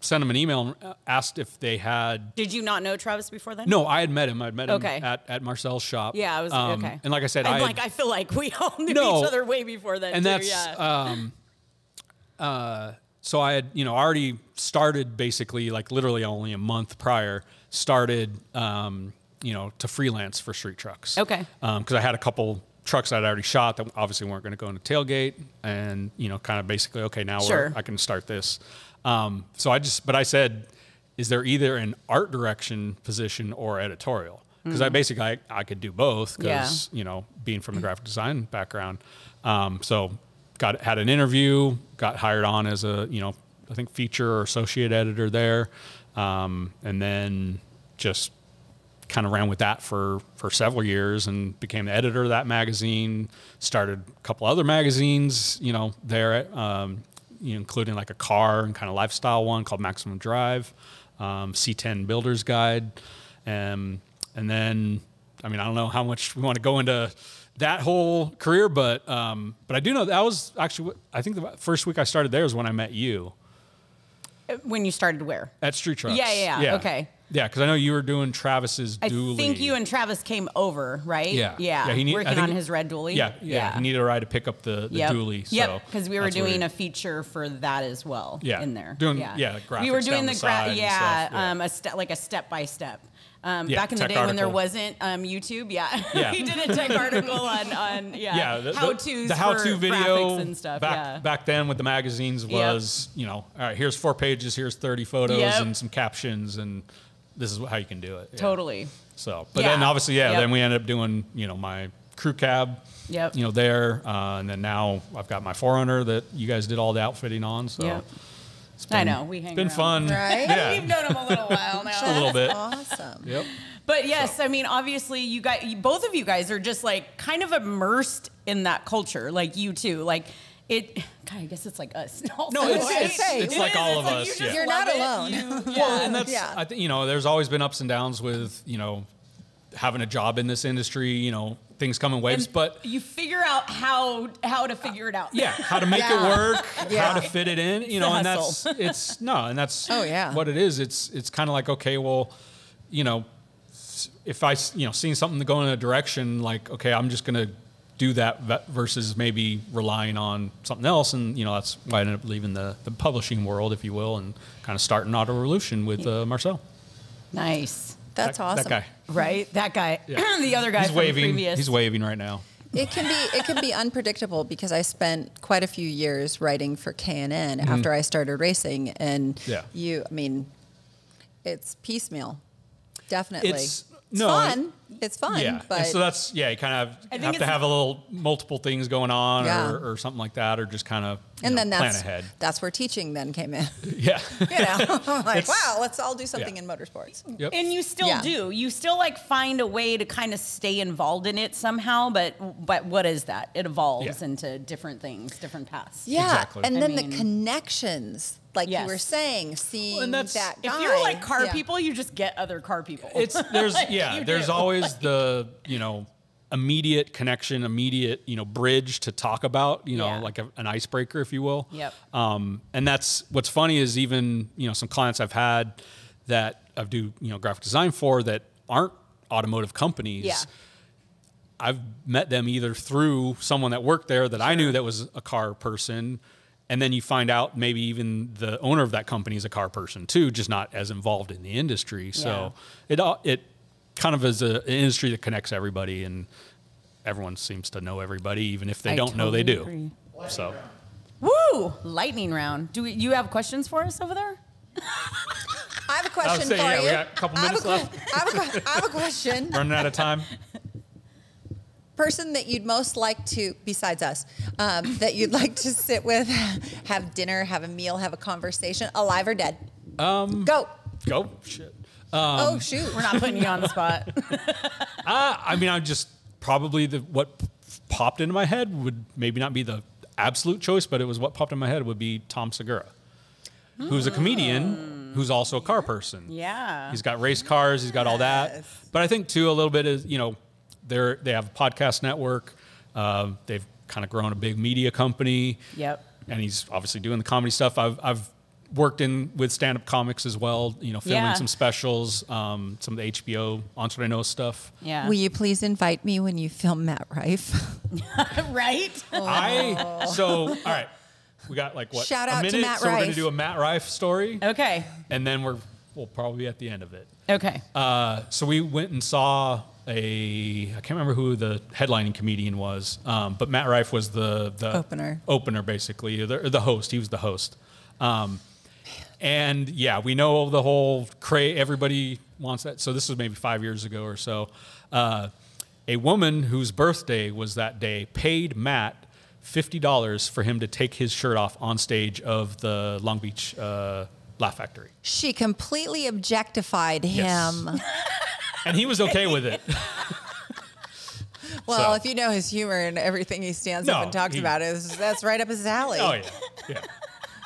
S6: sent him an email and uh, asked if they had
S2: Did you not know Travis before then?
S6: no, I had met him. I had met him
S2: Okay.
S6: at, at Marcel's shop.
S2: Yeah, I was
S6: Um,
S2: okay.
S6: And like I said,
S2: I'm
S6: I had-
S2: like I feel like we all knew
S6: No.
S2: each other way before then.
S6: and
S2: too,
S6: that's
S2: yeah.
S6: um, uh, so I had you know already started basically like literally only a month prior started um, you know to freelance for street trucks.
S2: Okay.
S6: Because I had a couple trucks I'd already shot that obviously weren't going to go into tailgate, and you know kind of basically okay now
S2: Sure.
S6: we're, I can start this. Um, so I just but I said, is there either an art direction position or editorial? Because
S2: Mm.
S6: I basically I, I could do both
S2: Yeah.
S6: because you know, being from the graphic design background. Um, so got had an interview, got hired on as a you know, I think feature or associate editor there, um, and then just kind of ran with that for for several years and became the editor of that magazine. Started a couple other magazines, you know, there, um, you know, including like a car and kind of lifestyle one called Maximum Drive, um, C10 Builder's Guide, and and then I mean I don't know how much we want to go into that whole career, but um, but I do know that was actually what- I think the first week I started there is when I met you uh,
S2: when you started where?
S6: at Street Trucks.
S2: Yeah, yeah, yeah. Okay.
S6: Yeah, because I know you were doing Travis's
S2: I
S6: dually.
S2: think you and Travis came over, right?
S6: Yeah.
S2: Yeah.
S6: he need- I
S2: Working
S6: think-
S2: on his red dually.
S6: Yeah, yeah. He needed a ride to pick up the, the
S2: yep.
S6: dually. So
S2: Yep, because we were
S6: that's where
S2: doing
S6: he-
S2: a feature for that as well.
S6: Yeah,
S2: in there.
S6: doing- yeah,
S2: we were
S6: graphics
S2: doing
S6: down
S2: the,
S6: the
S2: gra-
S6: side and
S2: yeah,
S6: stuff, yeah.
S2: Um, a step like a step by step. Um,
S6: Yeah,
S2: back in the
S6: tech
S2: day when there
S6: article.
S2: wasn't um, YouTube, yeah,
S6: Yeah.
S2: we did a tech article on on yeah,
S6: yeah, the, the-
S2: how tos
S6: the how-to
S2: uh, for
S6: video
S2: graphics and stuff.
S6: back
S2: yeah.
S6: back then with the magazines was you know all right here's four pages here's thirty photos
S2: Yep.
S6: and some captions and this is how you can do it Yeah.
S2: Totally.
S6: So, but
S2: Yeah.
S6: then obviously, yeah,
S2: Yep.
S6: then we ended up doing, you know, my crew cab,
S2: Yep.
S6: you know, there. Uh, and then now I've got my Forerunner that you guys did all the outfitting on. So
S2: Yep.
S6: it's
S2: I know, we hang
S6: been
S2: around.
S6: fun.
S3: Right?
S2: We've
S6: Yeah.
S2: known him a little while now.
S6: a little bit.
S3: Awesome.
S6: Yep.
S2: But yes, I mean, obviously, you guys, you- both of you guys are just like kind of immersed in that culture, like you too. Like it, God, I guess it's like us.
S6: No, it's, it's,
S3: say,
S6: it's
S3: it
S6: like
S2: is,
S6: all
S2: it's
S6: of
S2: like
S6: us.
S2: you just
S6: yeah.
S3: You're
S2: love
S3: not
S2: it,
S3: alone.
S2: you-
S6: Well, and that's
S3: Yeah.
S6: I think you know, there's always been ups and downs with you know having a job in this industry. You know, things come in waves,
S2: And
S6: but
S2: you figure out how how to figure it out.
S6: yeah, how to make
S3: Yeah.
S6: it work,
S3: Yeah.
S6: how to fit it in, you
S2: a
S6: know, and that's
S2: hustle.
S6: it's no, and that's
S3: Oh, yeah.
S6: what it is. It's it's kind of like okay, well, you know, s- if I s- you know seeing something to go in a direction, like okay, I'm just gonna do that ve- versus maybe relying on something else, and you know that's why I ended up leaving the the publishing world, if you will, and kind of starting Auto Revolution with uh, Marcel.
S2: Nice.
S3: That's
S6: That-
S3: awesome.
S6: That guy.
S2: Right? That guy.
S6: Yeah.
S2: the other guy
S6: He's
S2: from
S6: waving.
S2: previous.
S6: He's waving right now.
S3: It can be it can be unpredictable because I spent quite a few years writing for K and N after I started racing, and
S6: Mm-hmm. Yeah.
S3: you, I mean, it's piecemeal, definitely.
S6: It's- no,
S3: fun. It's fun,
S6: Yeah,
S3: but
S6: and so that's yeah. You kind of
S2: I
S6: have,
S2: think
S6: have to
S2: it's-
S6: have a little multiple things going on,
S3: Yeah.
S6: or, or something like that, or just kind of you
S3: and
S6: know,
S3: then
S6: plan
S3: that's
S6: ahead.
S3: that's where teaching then came in.
S6: Yeah,
S3: You know, I'm like,
S6: It's-
S3: wow, let's all do something
S6: yeah.
S3: in motorsports.
S6: Yep.
S2: And you still
S3: Yeah.
S2: do. You still like find a way to kind of stay involved in it somehow, but but what is that? It evolves
S6: Yeah.
S2: into different things, different paths.
S3: Yeah,
S6: Exactly.
S3: and
S2: I
S3: then the
S2: mean-
S3: connections, like you
S2: Yes.
S3: were saying, seeing
S6: that's-
S3: that
S2: If
S3: guy.
S2: you're like car
S3: Yeah.
S2: people, you just get other car people.
S6: it's there's
S2: Like,
S6: yeah
S2: you
S6: there's
S2: do.
S6: always the you know immediate connection immediate you know bridge to talk about you know
S2: Yeah.
S6: like a, an icebreaker if you will
S2: Yep.
S6: um, and that's what's funny is even you know some clients i've had that i do you know graphic design for that aren't automotive companies
S2: Yeah.
S6: I've met them either through someone that worked there that I knew that was a car person, and then you find out maybe even the owner of that company is a car person too, just not as involved in the industry. So it all it kind of is a, an industry that connects everybody, and everyone seems to know everybody, even if they
S2: I
S6: don't know they do.
S2: totally
S6: So
S2: Woo! Lightning round. Do we, you have questions for us over there?
S3: I have a question
S6: saying,
S3: for
S6: yeah,
S3: you.
S6: we got a couple
S3: I have
S6: minutes
S3: que-
S6: left.
S3: I have, a que- I have a question.
S6: running out of time.
S3: person that you'd most like to, besides us, um, that you'd like to sit with, have dinner, have a meal, have a conversation, alive or dead? Um, Go.
S6: Go shit. um,
S3: oh, shoot.
S2: We're not putting you on the spot.
S6: I mean, I just probably the what p- popped into my head would maybe not be the absolute choice, but it was what popped in my head would be Tom Segura, who's a comedian, who's also a car person.
S2: Yeah.
S6: he's got race cars, he's got all that. But I think too a little bit is you know they're they have a podcast network, Um they've kind of grown a big media company
S2: Yep.
S6: and he's obviously doing the comedy stuff. I've I've worked in with stand up comics as well, you know, filming
S2: Yeah.
S6: some specials, um, some of the HBO Entre Nos stuff.
S2: Yeah.
S3: Will you please invite me when you film Matt Rife?
S2: right?
S6: I so all right. We got like what
S3: Oh. Shout
S6: a
S3: out to
S6: minute,
S3: Matt
S6: so we're gonna
S3: Rife.
S6: do a Matt Rife story,
S2: Okay.
S6: and then we're we'll probably be at the end of it.
S2: Okay.
S6: Uh, so we went and saw a I can't remember who the headlining comedian was, um, but Matt Rife was the the
S3: Opener.
S6: opener basically the, the host. He was the host, um, and yeah, we know the whole cray. Everybody wants that. So this was maybe five years ago or so. Uh, a woman whose birthday was that day paid Matt. Fifty dollars for him to take his shirt off on stage of the Long Beach uh, Laugh Factory,
S3: she completely objectified
S6: Yes.
S3: him.
S6: and he was okay with it.
S3: Well,
S6: So-
S3: if you know his humor and everything he stands
S6: No,
S3: up and talks
S6: he-
S3: about, is that's right up his alley.
S6: Oh yeah, yeah.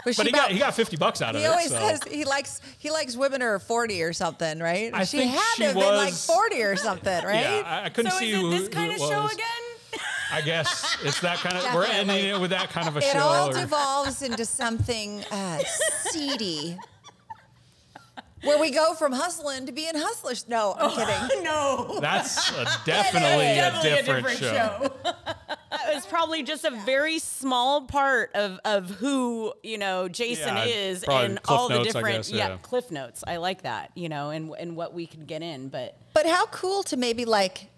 S3: But she
S6: But he
S3: about-
S6: got he got fifty bucks out of
S3: He
S6: it.
S3: always
S6: so.
S3: says he likes he likes women who are forty or something, right?
S6: I
S3: she
S6: think
S3: had
S6: she
S3: to have been like
S6: was-
S3: forty or something, right?
S6: Yeah, I, I couldn't
S2: so
S6: see
S2: is
S6: who,
S2: it this
S6: who
S2: kind
S6: it
S2: of show
S6: was.
S2: again?
S6: I guess it's that kind of. we're ending
S3: Definitely.
S6: it with that kind of a
S3: It
S6: show.
S3: all
S6: or-
S3: devolves into something uh, seedy. Where we go from hustling to being hustlers. No,
S6: Oh.
S3: I'm kidding.
S2: No.
S6: that's a, definitely a
S2: Definitely
S6: different, show.
S2: that was probably just a very small part of of who you know Jason
S6: Yeah,
S2: is
S6: probably
S2: and
S6: cliff
S2: all the
S6: notes, I
S2: different
S6: guess,
S2: yeah.
S6: yeah.
S2: cliff notes. I like that you know and and what we could get in, but
S3: But how cool to maybe like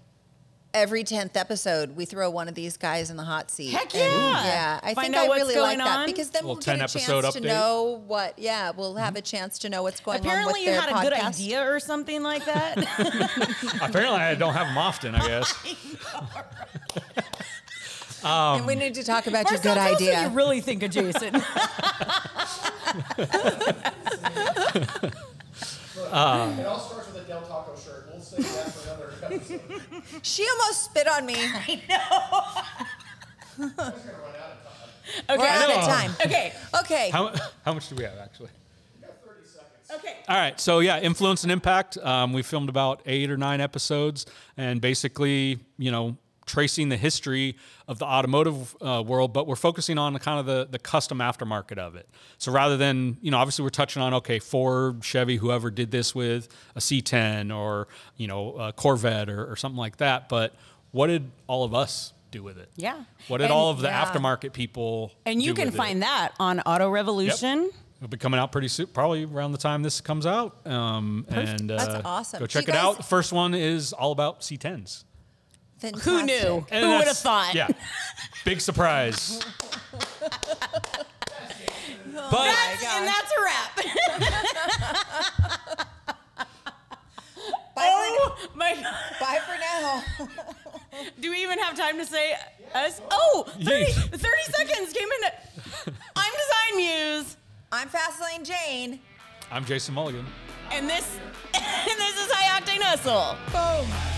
S3: every 10th episode we throw one of these guys in the hot seat.
S2: Heck
S3: And,
S2: yeah.
S3: yeah, I
S2: Find
S3: think
S2: out
S3: I
S2: what's
S3: really like
S2: going
S3: that
S2: on.
S3: because then we'll
S6: Little
S3: get a
S6: 10
S3: chance
S6: episode
S3: to
S6: update. Mm-hmm.
S3: know what yeah, we'll have a chance to know what's going
S2: apparently
S3: on with
S2: you
S3: their
S2: had a
S3: podcast.
S2: good idea or something like that.
S6: Apparently, I don't have them often. I guess.
S3: and we need to talk about
S2: Marcel,
S3: your good
S2: tell us what
S3: idea.
S2: you really think of Jason?
S1: It all starts with a Del Taco shirt. We'll save that for another episode.
S3: she almost spit on me. We're
S2: Okay.
S3: out
S6: know.
S3: of time.
S2: okay.
S3: Okay.
S6: How, mu- how much do we have actually?
S2: Okay.
S6: All right, so yeah, influence and impact. Um, we filmed about eight or nine episodes, and basically, you know, tracing the history of the automotive uh, world, but we're focusing on the kind of the, the custom aftermarket of it. So rather than, you know, obviously we're touching on, okay, Ford, Chevy, whoever did this with a C10 or, you know, a Corvette or, or something like that, but what did all of us do with it?
S2: Yeah.
S6: What did
S2: And-
S6: all of the
S2: yeah.
S6: aftermarket people
S2: And you
S6: do
S2: can
S6: with it?
S2: find that on Auto Revolution.
S6: Yep. It'll be coming out pretty soon, probably around the time this comes out. Um, and uh,
S3: That's awesome.
S6: Go
S3: Do you
S6: check it
S3: guys-
S6: out. The first one is all about C10s.
S2: Who
S3: Fantastic.
S2: knew?
S6: And
S2: Who would have
S6: that's-
S2: thought?
S6: Yeah, big surprise. but
S2: That's, and that's a wrap.
S3: Bye,
S2: oh my God.
S3: for, bye for now.
S2: Do we even have time to say us? Oh, 30, 30 seconds came in. I'm Design Muse,
S3: I'm Fastlane Jane.
S6: I'm Jason Mulligan.
S2: and this, and this is High Octane Hustle.
S3: Boom.